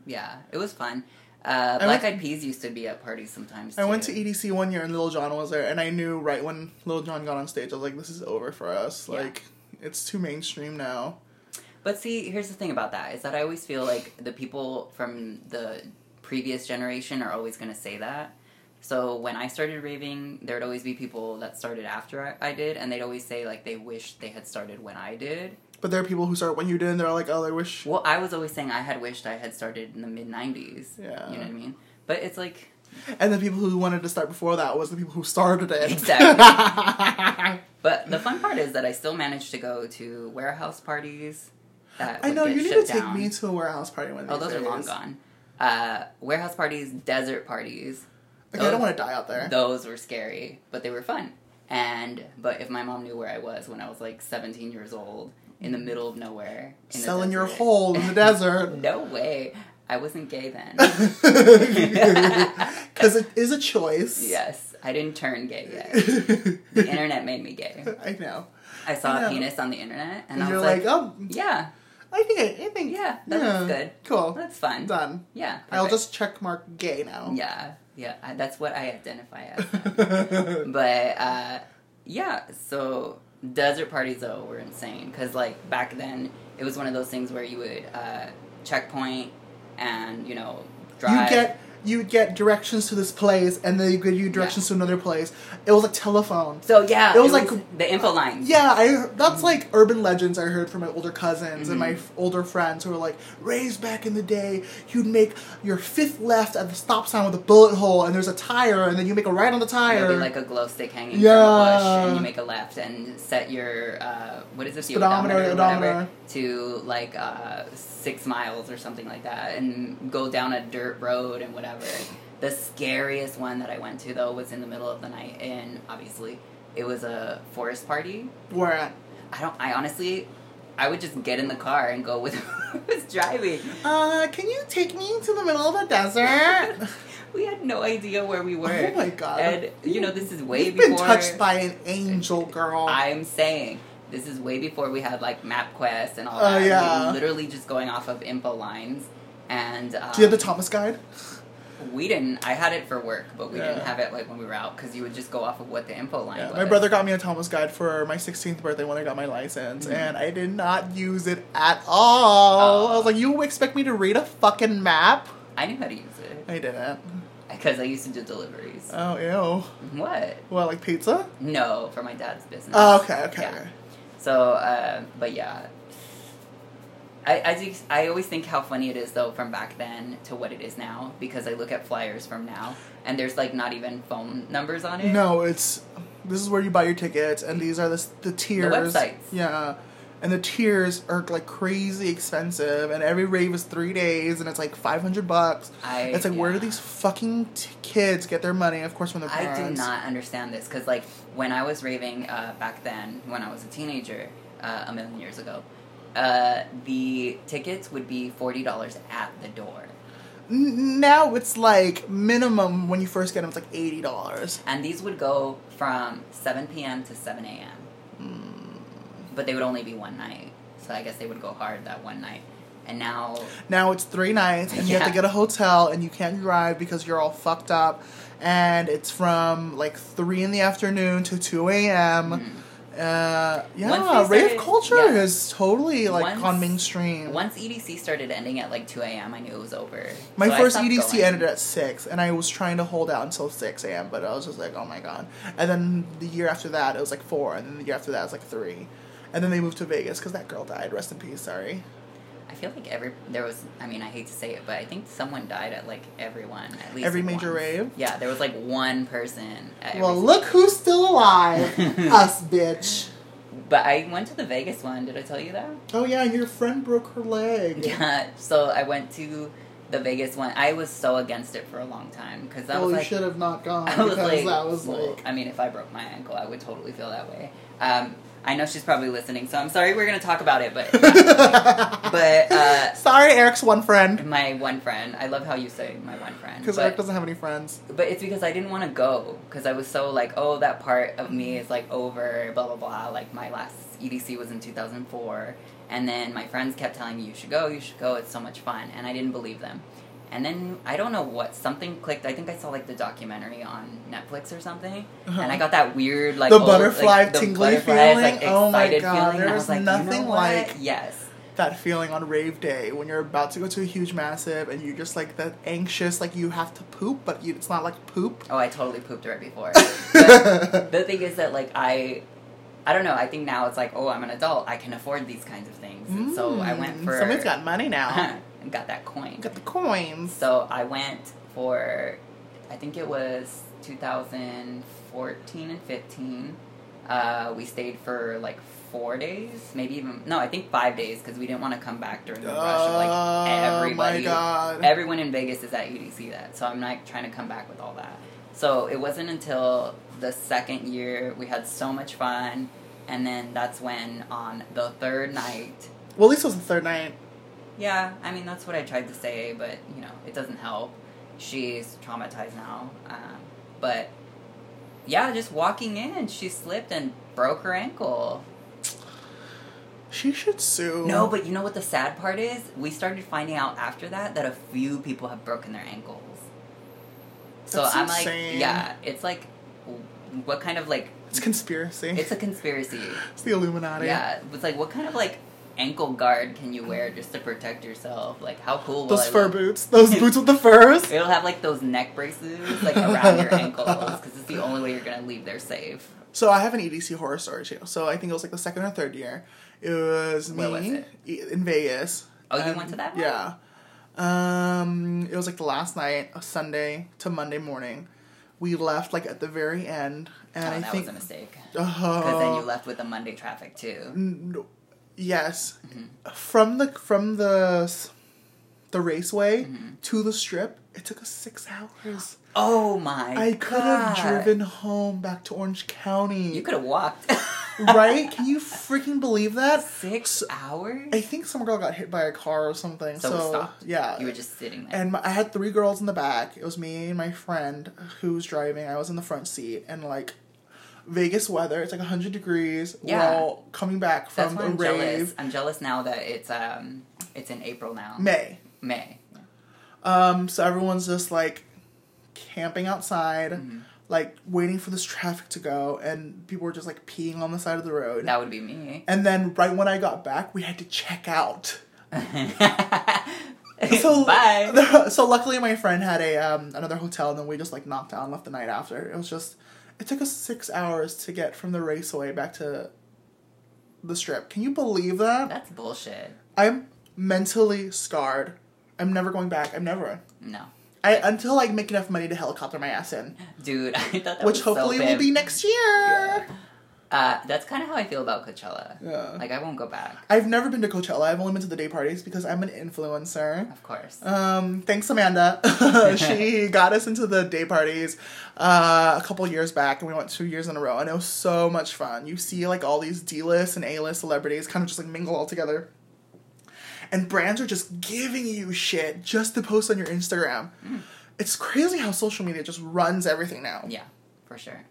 [SPEAKER 1] Yeah, it was fun. Uh,
[SPEAKER 2] I
[SPEAKER 1] Black
[SPEAKER 2] went-
[SPEAKER 1] Eyed Peas used to be at parties sometimes.
[SPEAKER 2] I went to
[SPEAKER 1] too.
[SPEAKER 2] EDC one year and Lil Jon was there, and I knew right when Lil Jon got on stage, I was like, this is over for us.
[SPEAKER 1] Yeah.
[SPEAKER 2] Like, it's too mainstream now. E-
[SPEAKER 1] But see, here's the thing about that is that I always feel like the people from the previous generation are always going to say that. So when I started raving, there'd always be people that started after I, I did, and they'd always say like they wish they had started when I did.
[SPEAKER 2] But there are people who start when you did, and they're like, oh, I wish.
[SPEAKER 1] Well, I was always saying I had wished I had started in the mid '90s.
[SPEAKER 2] Yeah.
[SPEAKER 1] you know what I mean. But it's like
[SPEAKER 2] And the people who wanted to start before that was the people who started it.
[SPEAKER 1] Exactly. But the fun part is that I still managed to go to warehouse parties. That
[SPEAKER 2] I
[SPEAKER 1] would
[SPEAKER 2] know,
[SPEAKER 1] get
[SPEAKER 2] you need to
[SPEAKER 1] shut
[SPEAKER 2] take
[SPEAKER 1] down.
[SPEAKER 2] me to a warehouse party one of
[SPEAKER 1] Oh,
[SPEAKER 2] these
[SPEAKER 1] those are long
[SPEAKER 2] days.
[SPEAKER 1] gone. Uh, warehouse parties, desert parties.
[SPEAKER 2] Like, I don't want to die out there.
[SPEAKER 1] Those were scary, but they were fun. And but if my mom knew where I was when I was like 17 years old in the middle of nowhere, in the
[SPEAKER 2] Selling your
[SPEAKER 1] desert-
[SPEAKER 2] hole in the desert.
[SPEAKER 1] No way. I wasn't gay then.
[SPEAKER 2] Because it is a choice.
[SPEAKER 1] yes, I didn't turn gay yet. The
[SPEAKER 2] I
[SPEAKER 1] internet made me gay.
[SPEAKER 2] know.
[SPEAKER 1] I
[SPEAKER 2] I
[SPEAKER 1] saw
[SPEAKER 2] know.
[SPEAKER 1] a penis on the internet, and
[SPEAKER 2] And
[SPEAKER 1] I
[SPEAKER 2] you're
[SPEAKER 1] was
[SPEAKER 2] like, oh,
[SPEAKER 1] yeah,
[SPEAKER 2] I think I, I think
[SPEAKER 1] yeah, that looks good.
[SPEAKER 2] Cool.
[SPEAKER 1] That's fun.
[SPEAKER 2] Done.
[SPEAKER 1] Yeah.
[SPEAKER 2] I'll
[SPEAKER 1] perfect.
[SPEAKER 2] just check mark gay now.
[SPEAKER 1] Yeah, yeah. I, that's what I identify as. but uh, yeah, so desert parties though were insane because like back then it was one of those things where you would uh, checkpoint and you know drive.
[SPEAKER 2] You get you would get directions to this place, and then you give you directions to another place. It was like telephone.
[SPEAKER 1] So yeah,
[SPEAKER 2] It was like-
[SPEAKER 1] the info line.
[SPEAKER 2] Yeah, I that's like urban legends I heard from my older cousins and my
[SPEAKER 1] Mm-hmm.
[SPEAKER 2] f- older friends who were like, "Raised back in the day, you'd make your fifth left at the stop sign with a bullet hole, and there's a tire, and then you make a right on the tire."
[SPEAKER 1] Maybe like a glow stick hanging
[SPEAKER 2] Yeah.
[SPEAKER 1] from a bush, and you make a left and set your uh, what is this the
[SPEAKER 2] Speedometer,
[SPEAKER 1] odometer, or whatever,
[SPEAKER 2] odometer.
[SPEAKER 1] to like uh, six miles or something like that, and go down a dirt road and whatever. The scariest one that I went to though was in the middle of the night, and obviously it was a forest party.
[SPEAKER 2] Where at?
[SPEAKER 1] I don't. I honestly, I would just get in the car and go with who was driving.
[SPEAKER 2] Uh, can you take me to the middle of the desert?
[SPEAKER 1] We had no idea where we were.
[SPEAKER 2] Oh my God.
[SPEAKER 1] And you know this is way
[SPEAKER 2] You've
[SPEAKER 1] before.
[SPEAKER 2] been touched by an angel, girl.
[SPEAKER 1] I'm saying this is way before we had like MapQuest and all
[SPEAKER 2] Oh,
[SPEAKER 1] that. We
[SPEAKER 2] yeah.
[SPEAKER 1] were literally just going off of info lines. And um,
[SPEAKER 2] Do you have the Thomas guide?
[SPEAKER 1] we didn't. I had it for work, but we
[SPEAKER 2] Yeah.
[SPEAKER 1] didn't have it like when we were out because you would just go off of what the info line
[SPEAKER 2] Yeah,
[SPEAKER 1] was.
[SPEAKER 2] my brother got me a Thomas guide for my 16th birthday when I got my license,
[SPEAKER 1] Mm-hmm.
[SPEAKER 2] and I did not use it at all. I was like, you expect me to read a fucking map?
[SPEAKER 1] I knew how to use it
[SPEAKER 2] I didn't.
[SPEAKER 1] because I used to do deliveries.
[SPEAKER 2] Oh, ew.
[SPEAKER 1] what?
[SPEAKER 2] Well, like pizza?
[SPEAKER 1] No, for my dad's business.
[SPEAKER 2] Oh, okay, okay.
[SPEAKER 1] Yeah. So, uh, but yeah. I, I, do, I always think how funny it is though from back then to what it is now because I look at flyers from now and there's like not even phone numbers on it.
[SPEAKER 2] No, it's this is where you buy your tickets, and these are the s- the tiers.
[SPEAKER 1] websites.
[SPEAKER 2] Yeah, and the tiers are like crazy expensive, and every rave is three days, and it's like five hundred bucks.
[SPEAKER 1] I-
[SPEAKER 2] it's like where do
[SPEAKER 1] yeah.
[SPEAKER 2] these fucking t- kids get their money? Of course, from their
[SPEAKER 1] I
[SPEAKER 2] parents.
[SPEAKER 1] do not understand this because, like, when I was raving uh, back then, when I was a teenager, uh, a million years ago, uh, the tickets would be forty dollars at the door,
[SPEAKER 2] N- Now it's like minimum when you first get them, it's like eighty dollars.
[SPEAKER 1] and these would go from seven p.m. to seven a.m.
[SPEAKER 2] Hmm.
[SPEAKER 1] But they would only be one night, so I guess they would go hard that one night. And now,
[SPEAKER 2] Now it's three nights, and you have to
[SPEAKER 1] Yeah.
[SPEAKER 2] get a hotel, and you can't drive because you're all fucked up. And it's from like three in the afternoon to two a.m. Uh, yeah,
[SPEAKER 1] Once they
[SPEAKER 2] rave
[SPEAKER 1] started-
[SPEAKER 2] culture
[SPEAKER 1] Hmm. yeah.
[SPEAKER 2] is totally like
[SPEAKER 1] Once-
[SPEAKER 2] on mainstream.
[SPEAKER 1] once EDC started ending at like two a.m., I knew it was over.
[SPEAKER 2] My
[SPEAKER 1] So I
[SPEAKER 2] first
[SPEAKER 1] stopped
[SPEAKER 2] EDC
[SPEAKER 1] going.
[SPEAKER 2] ended at six, and I was trying to hold out until six a.m. But I was just like, oh my god. And then the year after that, it was like four, and then the year after that, it was like three. And then they moved to Vegas because that girl died. Rest in peace. Sorry.
[SPEAKER 1] I feel like every there was. I mean, I hate to say it, but I think someone died at like everyone at least
[SPEAKER 2] Every major
[SPEAKER 1] once.
[SPEAKER 2] rave?
[SPEAKER 1] Yeah, there was like one person. At
[SPEAKER 2] well,
[SPEAKER 1] every-
[SPEAKER 2] look who's still alive. Us, bitch.
[SPEAKER 1] But I went to the Vegas one. Did I tell you that?
[SPEAKER 2] Oh yeah, your friend broke her leg.
[SPEAKER 1] Yeah. So I went to the Vegas one. I was so against it for a long time because I
[SPEAKER 2] Well,
[SPEAKER 1] was
[SPEAKER 2] you
[SPEAKER 1] like,
[SPEAKER 2] should have not gone
[SPEAKER 1] I was
[SPEAKER 2] Oh, because
[SPEAKER 1] like,
[SPEAKER 2] that was
[SPEAKER 1] well,
[SPEAKER 2] like.
[SPEAKER 1] I mean, if I broke my ankle, I would totally feel that way. Um, I know she's probably listening, so I'm sorry we're gonna talk about it, but but uh,
[SPEAKER 2] Sorry, Eric's one friend
[SPEAKER 1] my one friend. I love how you say my one friend
[SPEAKER 2] because
[SPEAKER 1] but-
[SPEAKER 2] Eric doesn't have any friends.
[SPEAKER 1] But it's because I didn't want to go because I was so like, oh, that part of me is like over, blah blah blah. Like my last EDC was in 2004, and then my friends kept telling me you should go, you should go, it's so much fun, and I didn't believe them. And then I don't know what something clicked. I think I saw like the documentary on Netflix or something, and I got that weird like
[SPEAKER 2] Uh-huh. The
[SPEAKER 1] old, like,
[SPEAKER 2] butterfly tingly
[SPEAKER 1] butterflies, like,
[SPEAKER 2] feeling? Oh my
[SPEAKER 1] excited
[SPEAKER 2] God,
[SPEAKER 1] feeling, and I
[SPEAKER 2] there
[SPEAKER 1] was
[SPEAKER 2] is
[SPEAKER 1] like, you
[SPEAKER 2] nothing
[SPEAKER 1] know what?
[SPEAKER 2] like-
[SPEAKER 1] yes.
[SPEAKER 2] That feeling on rave day when you're about to go to a huge massive and you're just like that anxious, like you have to poop, but you, it's not like poop.
[SPEAKER 1] Oh, I totally pooped right before. But the thing is that like I, I don't know. I think now it's like, oh, I'm an adult. I can afford these kinds of things. And so I went
[SPEAKER 2] Mm,
[SPEAKER 1] for
[SPEAKER 2] Somebody's got money now.
[SPEAKER 1] and got that coin.
[SPEAKER 2] got the coins.
[SPEAKER 1] So I went for, I think it was 2014 and 15. Uh, we stayed for like four days, maybe even no, I think five days because we didn't want to come back during the rush of
[SPEAKER 2] Oh,
[SPEAKER 1] like
[SPEAKER 2] my
[SPEAKER 1] everybody.
[SPEAKER 2] God.
[SPEAKER 1] Everyone in Vegas is at UDC that, so I'm not trying to come back with all that. So it wasn't until the second year we had so much fun, and then that's when on the third night.
[SPEAKER 2] Well, at least it was the third night.
[SPEAKER 1] Yeah, I mean that's what I tried to say, but you know it doesn't help. She's traumatized now, um, but yeah, just walking in, she slipped and broke her ankle.
[SPEAKER 2] She should sue.
[SPEAKER 1] No, but you know what the sad part is? We started finding out after that that a few people have broken their ankles. So
[SPEAKER 2] That's
[SPEAKER 1] I'm
[SPEAKER 2] insane.
[SPEAKER 1] like, yeah, it's like, w- what kind of like?
[SPEAKER 2] it's conspiracy.
[SPEAKER 1] It's a conspiracy.
[SPEAKER 2] It's the Illuminati.
[SPEAKER 1] Yeah, it's like what kind of like ankle guard can you wear just to protect yourself? Like, how cool? will
[SPEAKER 2] Those
[SPEAKER 1] I
[SPEAKER 2] fur
[SPEAKER 1] look?
[SPEAKER 2] boots. Those boots with the furs.
[SPEAKER 1] It'll have like those neck braces like around your ankles because it's the only way you're gonna leave there safe.
[SPEAKER 2] So I have an EDC horror story too. So I think it was like the second or third year. It was me
[SPEAKER 1] Where was it?
[SPEAKER 2] e- in Vegas.
[SPEAKER 1] Oh, you
[SPEAKER 2] And-
[SPEAKER 1] went to that one?
[SPEAKER 2] Yeah. Um, it was like the last night, of Sunday to Monday morning. We left like at the very end, and
[SPEAKER 1] Oh,
[SPEAKER 2] I
[SPEAKER 1] that
[SPEAKER 2] think
[SPEAKER 1] was a mistake. Because then you
[SPEAKER 2] uh,
[SPEAKER 1] left with the Monday traffic too.
[SPEAKER 2] yes, from the from the s- the raceway to the strip, it took us six hours.
[SPEAKER 1] Oh my!
[SPEAKER 2] I could have
[SPEAKER 1] God.
[SPEAKER 2] driven home back to Orange County.
[SPEAKER 1] You could have walked
[SPEAKER 2] right? Can you freaking believe that?
[SPEAKER 1] six hours.
[SPEAKER 2] I think some girl got hit by a car or something. So,
[SPEAKER 1] So, we stopped.
[SPEAKER 2] yeah.
[SPEAKER 1] you were just sitting there.
[SPEAKER 2] and my, I had three girls in the back. It was me and my friend who was driving. I was in the front seat and like Vegas weather. It's like 100 degrees.
[SPEAKER 1] Yeah.
[SPEAKER 2] We're all coming back
[SPEAKER 1] That's
[SPEAKER 2] from
[SPEAKER 1] why
[SPEAKER 2] a
[SPEAKER 1] I'm jealous.
[SPEAKER 2] rave.
[SPEAKER 1] I'm jealous now that it's um it's in April now.
[SPEAKER 2] May.
[SPEAKER 1] May.
[SPEAKER 2] Um so everyone's just like camping outside. Like waiting for this traffic to go, and people were just like peeing on the side of the road.
[SPEAKER 1] That would be me.
[SPEAKER 2] And then right when I got back, we had to check out. So
[SPEAKER 1] Bye.
[SPEAKER 2] So luckily, my friend had a um, another hotel, and then we just like knocked out and left the night after. It was just it took us six hours to get from the raceway back to the strip. Can you believe that?
[SPEAKER 1] That's bullshit.
[SPEAKER 2] I'm mentally scarred. I'm never going back. I'm never.
[SPEAKER 1] No.
[SPEAKER 2] I until I make enough money to helicopter my ass in,
[SPEAKER 1] Dude, I thought that
[SPEAKER 2] which
[SPEAKER 1] was so
[SPEAKER 2] hopefully will
[SPEAKER 1] bad.
[SPEAKER 2] be next year.
[SPEAKER 1] Yeah. Uh, that's kind of how I feel about Coachella.
[SPEAKER 2] Yeah.
[SPEAKER 1] Like I won't go back,
[SPEAKER 2] I've never been to Coachella. I've only been to the day parties because I'm an influencer.
[SPEAKER 1] of course.
[SPEAKER 2] Um, thanks, Amanda. she got us into the day parties uh, a couple years back, and we went two years in a row, and it was so much fun. You see, like, all these D list and A list celebrities kind of just like mingle all together. And brands are just giving you shit just to post on your Instagram. It's crazy how social media just runs everything now.
[SPEAKER 1] Mm. yeah, for sure.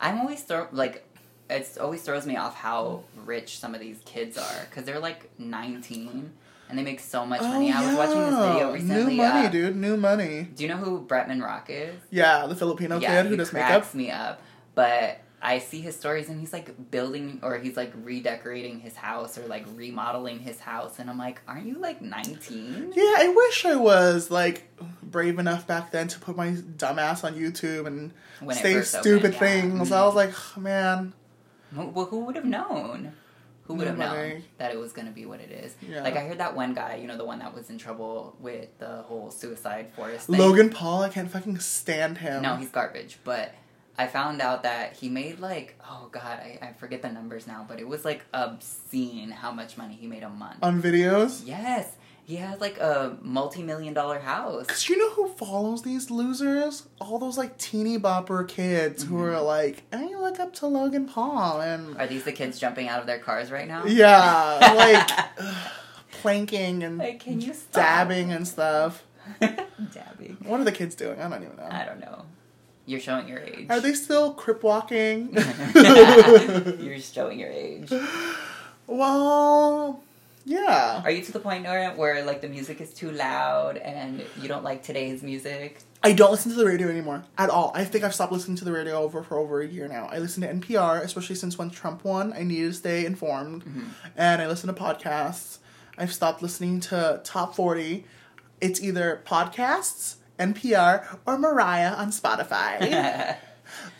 [SPEAKER 1] I'm always throw like it's always throws me off how rich some of these kids are because they're like 19 and they make so much money. I was watching this video recently.
[SPEAKER 2] Oh, New money,
[SPEAKER 1] uh,
[SPEAKER 2] dude. New money.
[SPEAKER 1] Do you know who Bretman Rock is?
[SPEAKER 2] Yeah, the Filipino
[SPEAKER 1] yeah,
[SPEAKER 2] kid
[SPEAKER 1] he
[SPEAKER 2] who does makeup.
[SPEAKER 1] cracks me up. But I see his stories and he's like building or he's like redecorating his house or like remodeling his house and I'm like, aren't you like 19?
[SPEAKER 2] Yeah, I wish I was like brave enough back then to put my dumb ass on YouTube and
[SPEAKER 1] When it
[SPEAKER 2] say
[SPEAKER 1] first opened,
[SPEAKER 2] stupid
[SPEAKER 1] yeah.
[SPEAKER 2] things. I was like, "Ugh, man,
[SPEAKER 1] Who- Well, who would have known? Who would have known
[SPEAKER 2] Nobody.
[SPEAKER 1] that it was going to be what it is?
[SPEAKER 2] Yeah.
[SPEAKER 1] Like I heard that one guy, you know, the one that was in trouble with the whole suicide forest thing.
[SPEAKER 2] Logan Paul, I can't fucking stand him.
[SPEAKER 1] No, he's garbage. But I found out that he made like oh god, I, I forget the numbers now, but it was like obscene how much money he made a month.
[SPEAKER 2] on videos.
[SPEAKER 1] Yes, he has like a multi-million dollar house.
[SPEAKER 2] Cause you know who follows these losers? All those like teeny bopper kids
[SPEAKER 1] Mm-hmm.
[SPEAKER 2] who are like, I look up to Logan Paul and
[SPEAKER 1] Are these the kids jumping out of their cars right now?
[SPEAKER 2] yeah, like ugh, planking and
[SPEAKER 1] Like, can you stop?
[SPEAKER 2] dabbing and stuff.
[SPEAKER 1] Dabbing.
[SPEAKER 2] What are the kids doing? I don't even know.
[SPEAKER 1] I don't know. You're showing your age.
[SPEAKER 2] Are they still crip walking?
[SPEAKER 1] You're showing your age.
[SPEAKER 2] Well, yeah.
[SPEAKER 1] Are you to the point Nora, where like the music is too loud and you don't like today's music?
[SPEAKER 2] I don't listen to the radio anymore at all. I think I've stopped listening to the radio over for over a year now. I listen to NPR, especially since when Trump won. I needed to stay informed,
[SPEAKER 1] Mm-hmm.
[SPEAKER 2] and I listen to podcasts. I've stopped listening to Top Forty. It's either podcasts, NPR, or Mariah on Spotify.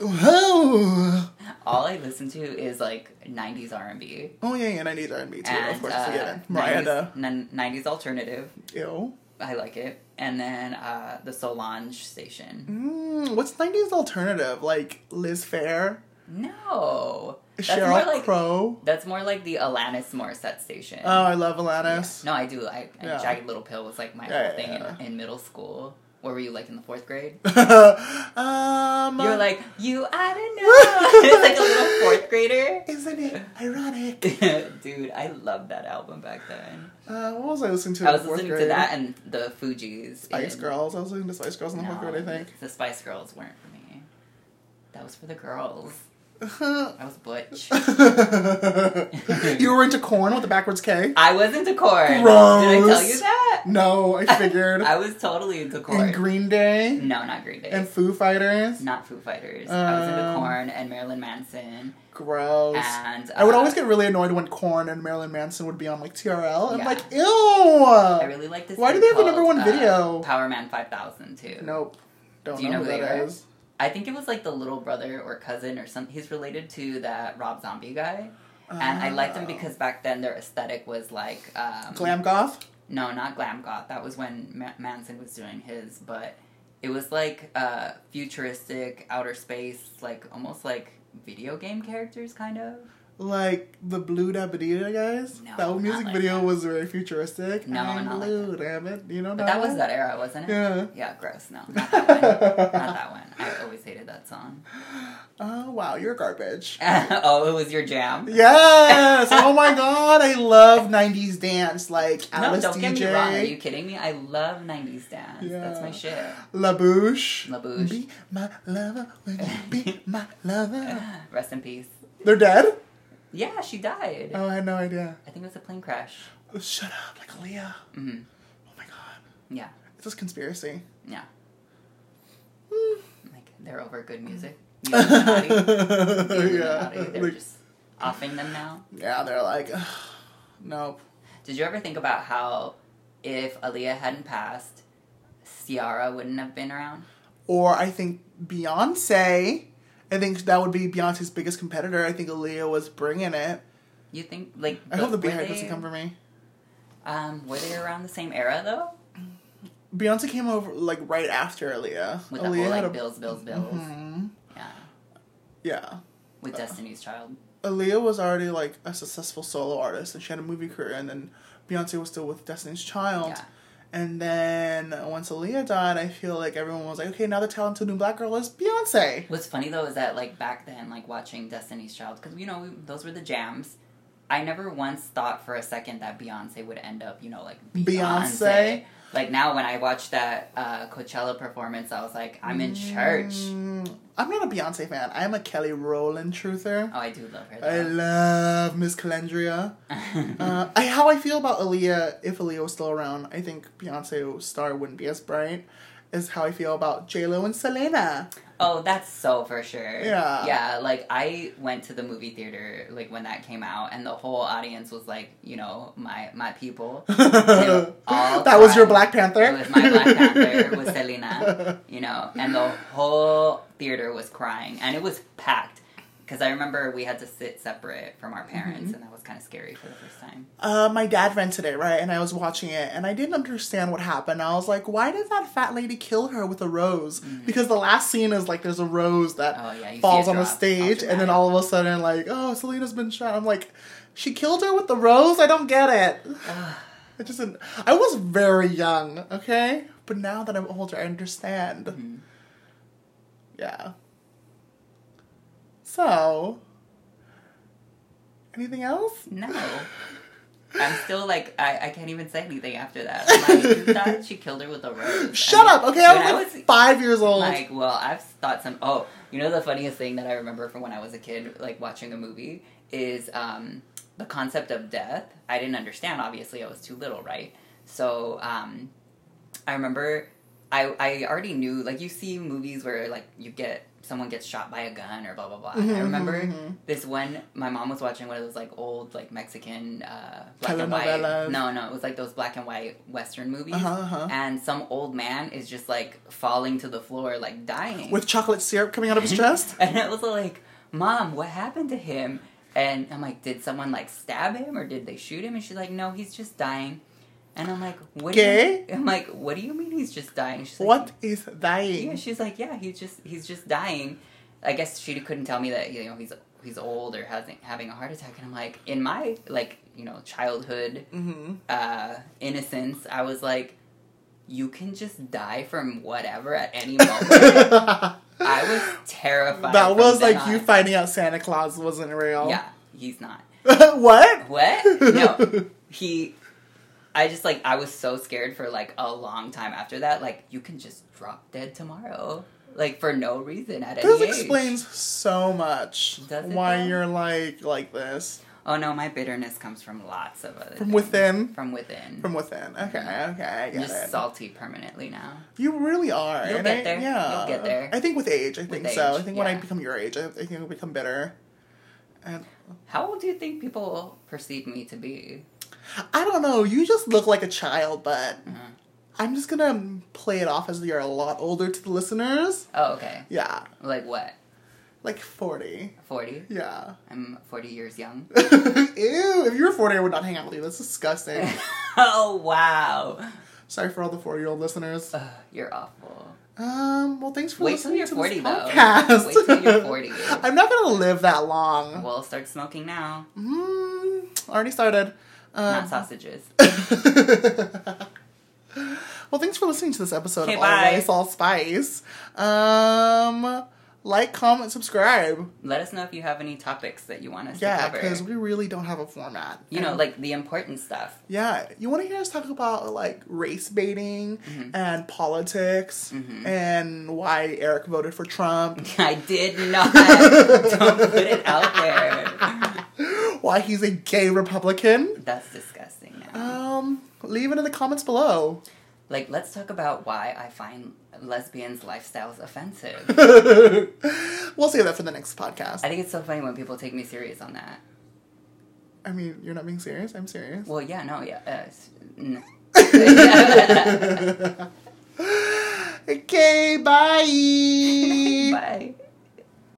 [SPEAKER 2] Whoa!
[SPEAKER 1] All I listen to is like '90s R&B
[SPEAKER 2] Oh yeah, yeah, and I need R&B too,
[SPEAKER 1] and
[SPEAKER 2] of course.
[SPEAKER 1] uh,
[SPEAKER 2] yeah, Mariah.
[SPEAKER 1] 90s,
[SPEAKER 2] duh.
[SPEAKER 1] nin- '90s alternative.
[SPEAKER 2] Ew.
[SPEAKER 1] I like it. And then uh, the Solange station.
[SPEAKER 2] Mm, what's '90s alternative? Like Liz Fair,
[SPEAKER 1] No, that's
[SPEAKER 2] Cheryl
[SPEAKER 1] more like
[SPEAKER 2] Crow.
[SPEAKER 1] that's more like the Alanis Morissette station.
[SPEAKER 2] Oh, I love Alanis.
[SPEAKER 1] no, I do. I, I
[SPEAKER 2] Yeah.
[SPEAKER 1] Jagged Little Pill was like my
[SPEAKER 2] Yeah,
[SPEAKER 1] whole thing
[SPEAKER 2] yeah,
[SPEAKER 1] in, in middle school. Where were you like in the fourth grade?
[SPEAKER 2] um,
[SPEAKER 1] You're like you. I don't know. it's like a little fourth grader.
[SPEAKER 2] isn't it ironic?
[SPEAKER 1] Dude, I loved that album back then.
[SPEAKER 2] Uh, what was I listening to?
[SPEAKER 1] I
[SPEAKER 2] in
[SPEAKER 1] was
[SPEAKER 2] fourth
[SPEAKER 1] listening
[SPEAKER 2] grade?
[SPEAKER 1] to that and the Fugees.
[SPEAKER 2] Spice
[SPEAKER 1] in-
[SPEAKER 2] Girls. I was listening to Spice Girls in the fourth
[SPEAKER 1] No,
[SPEAKER 2] grade, I think.
[SPEAKER 1] The Spice Girls weren't for me. That was for the girls. I was butch.
[SPEAKER 2] you were into corn with a backwards K.
[SPEAKER 1] I was into corn. Did I tell you
[SPEAKER 2] Gross.
[SPEAKER 1] that?
[SPEAKER 2] No, I figured.
[SPEAKER 1] I Mm. was totally into corn.
[SPEAKER 2] and Green Day
[SPEAKER 1] no, not Green Day.
[SPEAKER 2] and Foo Fighters.
[SPEAKER 1] not Foo Fighters. I was into
[SPEAKER 2] Um,
[SPEAKER 1] corn and Marilyn Manson.
[SPEAKER 2] Gross.
[SPEAKER 1] And
[SPEAKER 2] I would
[SPEAKER 1] uh,
[SPEAKER 2] always get really annoyed when Korn and Marilyn Manson would be on like TRL. I'm
[SPEAKER 1] Yeah.
[SPEAKER 2] like, ew.
[SPEAKER 1] I really like this.
[SPEAKER 2] Why do
[SPEAKER 1] thing
[SPEAKER 2] they have a number
[SPEAKER 1] called,
[SPEAKER 2] one
[SPEAKER 1] uh,
[SPEAKER 2] video?
[SPEAKER 1] Power Man Five Thousand too.
[SPEAKER 2] nope. Don't
[SPEAKER 1] Do you
[SPEAKER 2] know,
[SPEAKER 1] know
[SPEAKER 2] who
[SPEAKER 1] who
[SPEAKER 2] that
[SPEAKER 1] they are?
[SPEAKER 2] is.
[SPEAKER 1] I think it was like the little brother or cousin or something. He's related to that Rob Zombie guy. And I liked them
[SPEAKER 2] Oh.
[SPEAKER 1] because back then their aesthetic was like um,
[SPEAKER 2] Uh, glam goth.
[SPEAKER 1] No, not glam goth. That was when Ma- Manson was doing his, but it was like uh, futuristic outer space, like almost like video game characters, kind of.
[SPEAKER 2] Like the Blue Dabadita guys.
[SPEAKER 1] No,
[SPEAKER 2] that
[SPEAKER 1] not
[SPEAKER 2] music
[SPEAKER 1] like
[SPEAKER 2] video
[SPEAKER 1] that.
[SPEAKER 2] was very futuristic.
[SPEAKER 1] No,
[SPEAKER 2] I'm
[SPEAKER 1] not like
[SPEAKER 2] blue, damn it. You know
[SPEAKER 1] But that was that era, wasn't it?
[SPEAKER 2] Yeah.
[SPEAKER 1] Yeah, gross. No, not that one. not that one. I always hated that song.
[SPEAKER 2] Oh wow, you're garbage.
[SPEAKER 1] oh, it was your jam.
[SPEAKER 2] Yes! Oh my god, I love 90s dance. Like
[SPEAKER 1] No,
[SPEAKER 2] Alice
[SPEAKER 1] don't get me
[SPEAKER 2] DJ,
[SPEAKER 1] wrong. Are you kidding me? I love '90s dance. That's
[SPEAKER 2] Yeah.
[SPEAKER 1] my shit.
[SPEAKER 2] LaBouche.
[SPEAKER 1] LaBouche.
[SPEAKER 2] Be my lover, would you be my lover?
[SPEAKER 1] Rest in peace.
[SPEAKER 2] They're dead?
[SPEAKER 1] Yeah, she died.
[SPEAKER 2] Oh, I had no idea.
[SPEAKER 1] I think it was a plane crash.
[SPEAKER 2] Shut up, like Leah.
[SPEAKER 1] hmm
[SPEAKER 2] Oh my god.
[SPEAKER 1] Yeah,
[SPEAKER 2] It's just conspiracy.
[SPEAKER 1] yeah.
[SPEAKER 2] Hmm.
[SPEAKER 1] Like they're over good music. Illuminati.
[SPEAKER 2] yeah.
[SPEAKER 1] Illuminati. They're
[SPEAKER 2] Like,
[SPEAKER 1] just offing them now.
[SPEAKER 2] yeah, they're like, "Ugh, nope.
[SPEAKER 1] Did you ever think about how if Aaliyah hadn't passed, Ciara wouldn't have been around?
[SPEAKER 2] Or I think Beyonce. I think that would be Beyonce's biggest competitor. I think Aaliyah was bringing it.
[SPEAKER 1] You think like
[SPEAKER 2] I hope the
[SPEAKER 1] were
[SPEAKER 2] beard
[SPEAKER 1] they-
[SPEAKER 2] doesn't come for me.
[SPEAKER 1] Um, were they around the same era though?
[SPEAKER 2] Beyonce came over like right after Aaliyah.
[SPEAKER 1] With the
[SPEAKER 2] Aaliyah
[SPEAKER 1] whole
[SPEAKER 2] had
[SPEAKER 1] like
[SPEAKER 2] a
[SPEAKER 1] bills, bills, bills.
[SPEAKER 2] Mhm.
[SPEAKER 1] Yeah.
[SPEAKER 2] yeah.
[SPEAKER 1] With Destiny's Child.
[SPEAKER 2] Aaliyah was already like a successful solo artist, and she had a movie career, and then Beyonce was still with Destiny's Child.
[SPEAKER 1] Yeah.
[SPEAKER 2] And then once Aaliyah died, I feel like everyone was like, okay, now the talented new black girl is Beyonce.
[SPEAKER 1] What's funny though is that like back then, like watching Destiny's Child, because you know we, those were the jams. I never once thought for a second that Beyonce would end up, you know, like Beyonce.
[SPEAKER 2] Beyonce?
[SPEAKER 1] Like now, when I watched that uh, Coachella performance, I was like, I'm in church.
[SPEAKER 2] Mm, I'm not a Beyonce fan. I'm a Kelly Rowland truther.
[SPEAKER 1] Oh, I do love her.
[SPEAKER 2] I
[SPEAKER 1] Though.
[SPEAKER 2] love Miss Calendria. Uh, I, how I feel about Aaliyah, if Aaliyah was still around, I think Beyonce's star wouldn't be as bright. Is how I feel about J Lo and Selena.
[SPEAKER 1] oh, that's so for sure.
[SPEAKER 2] Yeah.
[SPEAKER 1] yeah. Like I went to the movie theater like when that came out, and the whole audience was like, you know, my my people.
[SPEAKER 2] that
[SPEAKER 1] all
[SPEAKER 2] was your
[SPEAKER 1] time.
[SPEAKER 2] Black Panther.
[SPEAKER 1] It was my Black Panther with Selena, you know, and the whole theater was crying, and it was packed. Because I remember we had to sit separate from our parents,
[SPEAKER 2] Mm-hmm.
[SPEAKER 1] and that was kind of scary for the first time.
[SPEAKER 2] uh, my dad rented it, right? And I was watching it and I didn't understand what happened. I was like, why did that fat lady kill her with a rose? Because the last scene is like there's a rose that
[SPEAKER 1] Mm. Oh, yeah, you see
[SPEAKER 2] falls
[SPEAKER 1] it
[SPEAKER 2] on the
[SPEAKER 1] drop.
[SPEAKER 2] stage
[SPEAKER 1] How
[SPEAKER 2] and then
[SPEAKER 1] dramatic.
[SPEAKER 2] all of a sudden, like, oh, Selena's been shot. I'm like, she killed her with the rose? I don't get it. I just didn't. I was very young, okay? But now that I'm older, I understand.
[SPEAKER 1] Mm-hmm.
[SPEAKER 2] Yeah. So, anything else?
[SPEAKER 1] No. I'm still like, I, I can't even say anything after that. I'm like, you thought she killed her with a rose.
[SPEAKER 2] Shut
[SPEAKER 1] I mean,
[SPEAKER 2] up, okay? I was,
[SPEAKER 1] when I
[SPEAKER 2] like
[SPEAKER 1] was-
[SPEAKER 2] five years old.
[SPEAKER 1] Like, well, I've thought some. Oh, you know the funniest thing that I remember from when I was a kid, like watching a movie, is um, the concept of death. I didn't understand. Obviously, I was too little, right? So um, I remember I I already knew. Like, you see movies where like you get someone gets shot by a gun or blah blah blah. I remember this one. My mom was watching one of those like old like Mexican uh, black and white.
[SPEAKER 2] Telenovelas.
[SPEAKER 1] No, no, it was like those black and white Western movies
[SPEAKER 2] Uh-huh, uh-huh.
[SPEAKER 1] and some old man is just like falling to the floor, like dying.
[SPEAKER 2] With chocolate syrup coming out of his chest?
[SPEAKER 1] and I was like, Mom, what happened to him? And I'm like, Did someone like stab him or did they shoot him? And she's like, No, he's just dying. And I'm like, What?
[SPEAKER 2] Gay?
[SPEAKER 1] Do you, I'm like, What do you mean he's just dying? She's like,
[SPEAKER 2] What is
[SPEAKER 1] Yeah,
[SPEAKER 2] dying?
[SPEAKER 1] she's like, Yeah, he's just he's just dying. I guess she couldn't tell me that you know he's he's old or hasn't having a heart attack. And I'm like, in my like you know childhood
[SPEAKER 2] Mm-hmm.
[SPEAKER 1] uh, innocence, I was like, you can just die from whatever at any moment. I was terrified.
[SPEAKER 2] that
[SPEAKER 1] from
[SPEAKER 2] was
[SPEAKER 1] then
[SPEAKER 2] like
[SPEAKER 1] on.
[SPEAKER 2] you finding out Santa Claus wasn't real.
[SPEAKER 1] Yeah, he's not.
[SPEAKER 2] what?
[SPEAKER 1] What? No, he. I just like I was so scared for like a long time after that. Like you can just drop dead tomorrow, like for no reason at any
[SPEAKER 2] This
[SPEAKER 1] age.
[SPEAKER 2] explains so much
[SPEAKER 1] Does it
[SPEAKER 2] why
[SPEAKER 1] though?
[SPEAKER 2] you're like like this.
[SPEAKER 1] Oh no, my bitterness comes from lots of other
[SPEAKER 2] From
[SPEAKER 1] things.
[SPEAKER 2] within?
[SPEAKER 1] From within.
[SPEAKER 2] From within. Okay, okay, I
[SPEAKER 1] I'm
[SPEAKER 2] get
[SPEAKER 1] just
[SPEAKER 2] it.
[SPEAKER 1] salty permanently now.
[SPEAKER 2] You really are.
[SPEAKER 1] You'll
[SPEAKER 2] and
[SPEAKER 1] get
[SPEAKER 2] I-
[SPEAKER 1] there.
[SPEAKER 2] yeah.
[SPEAKER 1] You'll get there.
[SPEAKER 2] I think with age, I think
[SPEAKER 1] age,
[SPEAKER 2] so. I think when I
[SPEAKER 1] yeah.
[SPEAKER 2] become your age, I, I think I become bitter. And
[SPEAKER 1] How old do you think people perceive me to be?
[SPEAKER 2] I don't know. You just look like a child, but
[SPEAKER 1] Mm-hmm.
[SPEAKER 2] I'm just gonna play it off as you're a lot older to the listeners.
[SPEAKER 1] Oh, okay.
[SPEAKER 2] Yeah,
[SPEAKER 1] Like what?
[SPEAKER 2] like forty.
[SPEAKER 1] Forty?
[SPEAKER 2] Yeah.
[SPEAKER 1] I'm forty years young.
[SPEAKER 2] Ew! If you were forty, I would not hang out with you. That's disgusting.
[SPEAKER 1] oh wow.
[SPEAKER 2] Sorry for all the forty-year-old listeners.
[SPEAKER 1] Ugh, you're awful.
[SPEAKER 2] Um. Well, thanks for
[SPEAKER 1] Wait till
[SPEAKER 2] listening
[SPEAKER 1] you're
[SPEAKER 2] to
[SPEAKER 1] 40,
[SPEAKER 2] this
[SPEAKER 1] though.
[SPEAKER 2] podcast.
[SPEAKER 1] Wait till you're 40.
[SPEAKER 2] I'm not gonna live that long.
[SPEAKER 1] Well, start smoking now.
[SPEAKER 2] Mm, already started. Um,
[SPEAKER 1] Not sausages.
[SPEAKER 2] well, thanks for listening to this episode
[SPEAKER 1] Okay,
[SPEAKER 2] of
[SPEAKER 1] bye.
[SPEAKER 2] All Rice, All Spice. Um, like, comment, subscribe.
[SPEAKER 1] Let us know if you have any topics that you want us
[SPEAKER 2] Yeah,
[SPEAKER 1] to
[SPEAKER 2] because
[SPEAKER 1] cover.
[SPEAKER 2] we um really don't have a format.
[SPEAKER 1] You know,
[SPEAKER 2] And-
[SPEAKER 1] like the important stuff.
[SPEAKER 2] yeah, you want to hear us talk about like race baiting
[SPEAKER 1] Mm-hmm.
[SPEAKER 2] and politics and why Eric voted for Trump,
[SPEAKER 1] I did not. Don't put it out there.
[SPEAKER 2] why he's a gay Republican.
[SPEAKER 1] That's disgusting now.
[SPEAKER 2] Um, leave it in the comments below.
[SPEAKER 1] Like, let's talk about why I find lesbians' lifestyles offensive.
[SPEAKER 2] we'll save that for the next podcast.
[SPEAKER 1] I think it's so funny when people take me serious on that.
[SPEAKER 2] I mean, you're not being serious. I'm serious.
[SPEAKER 1] Well, yeah, no, yeah. Uh, s- n-
[SPEAKER 2] okay, bye.
[SPEAKER 1] Bye.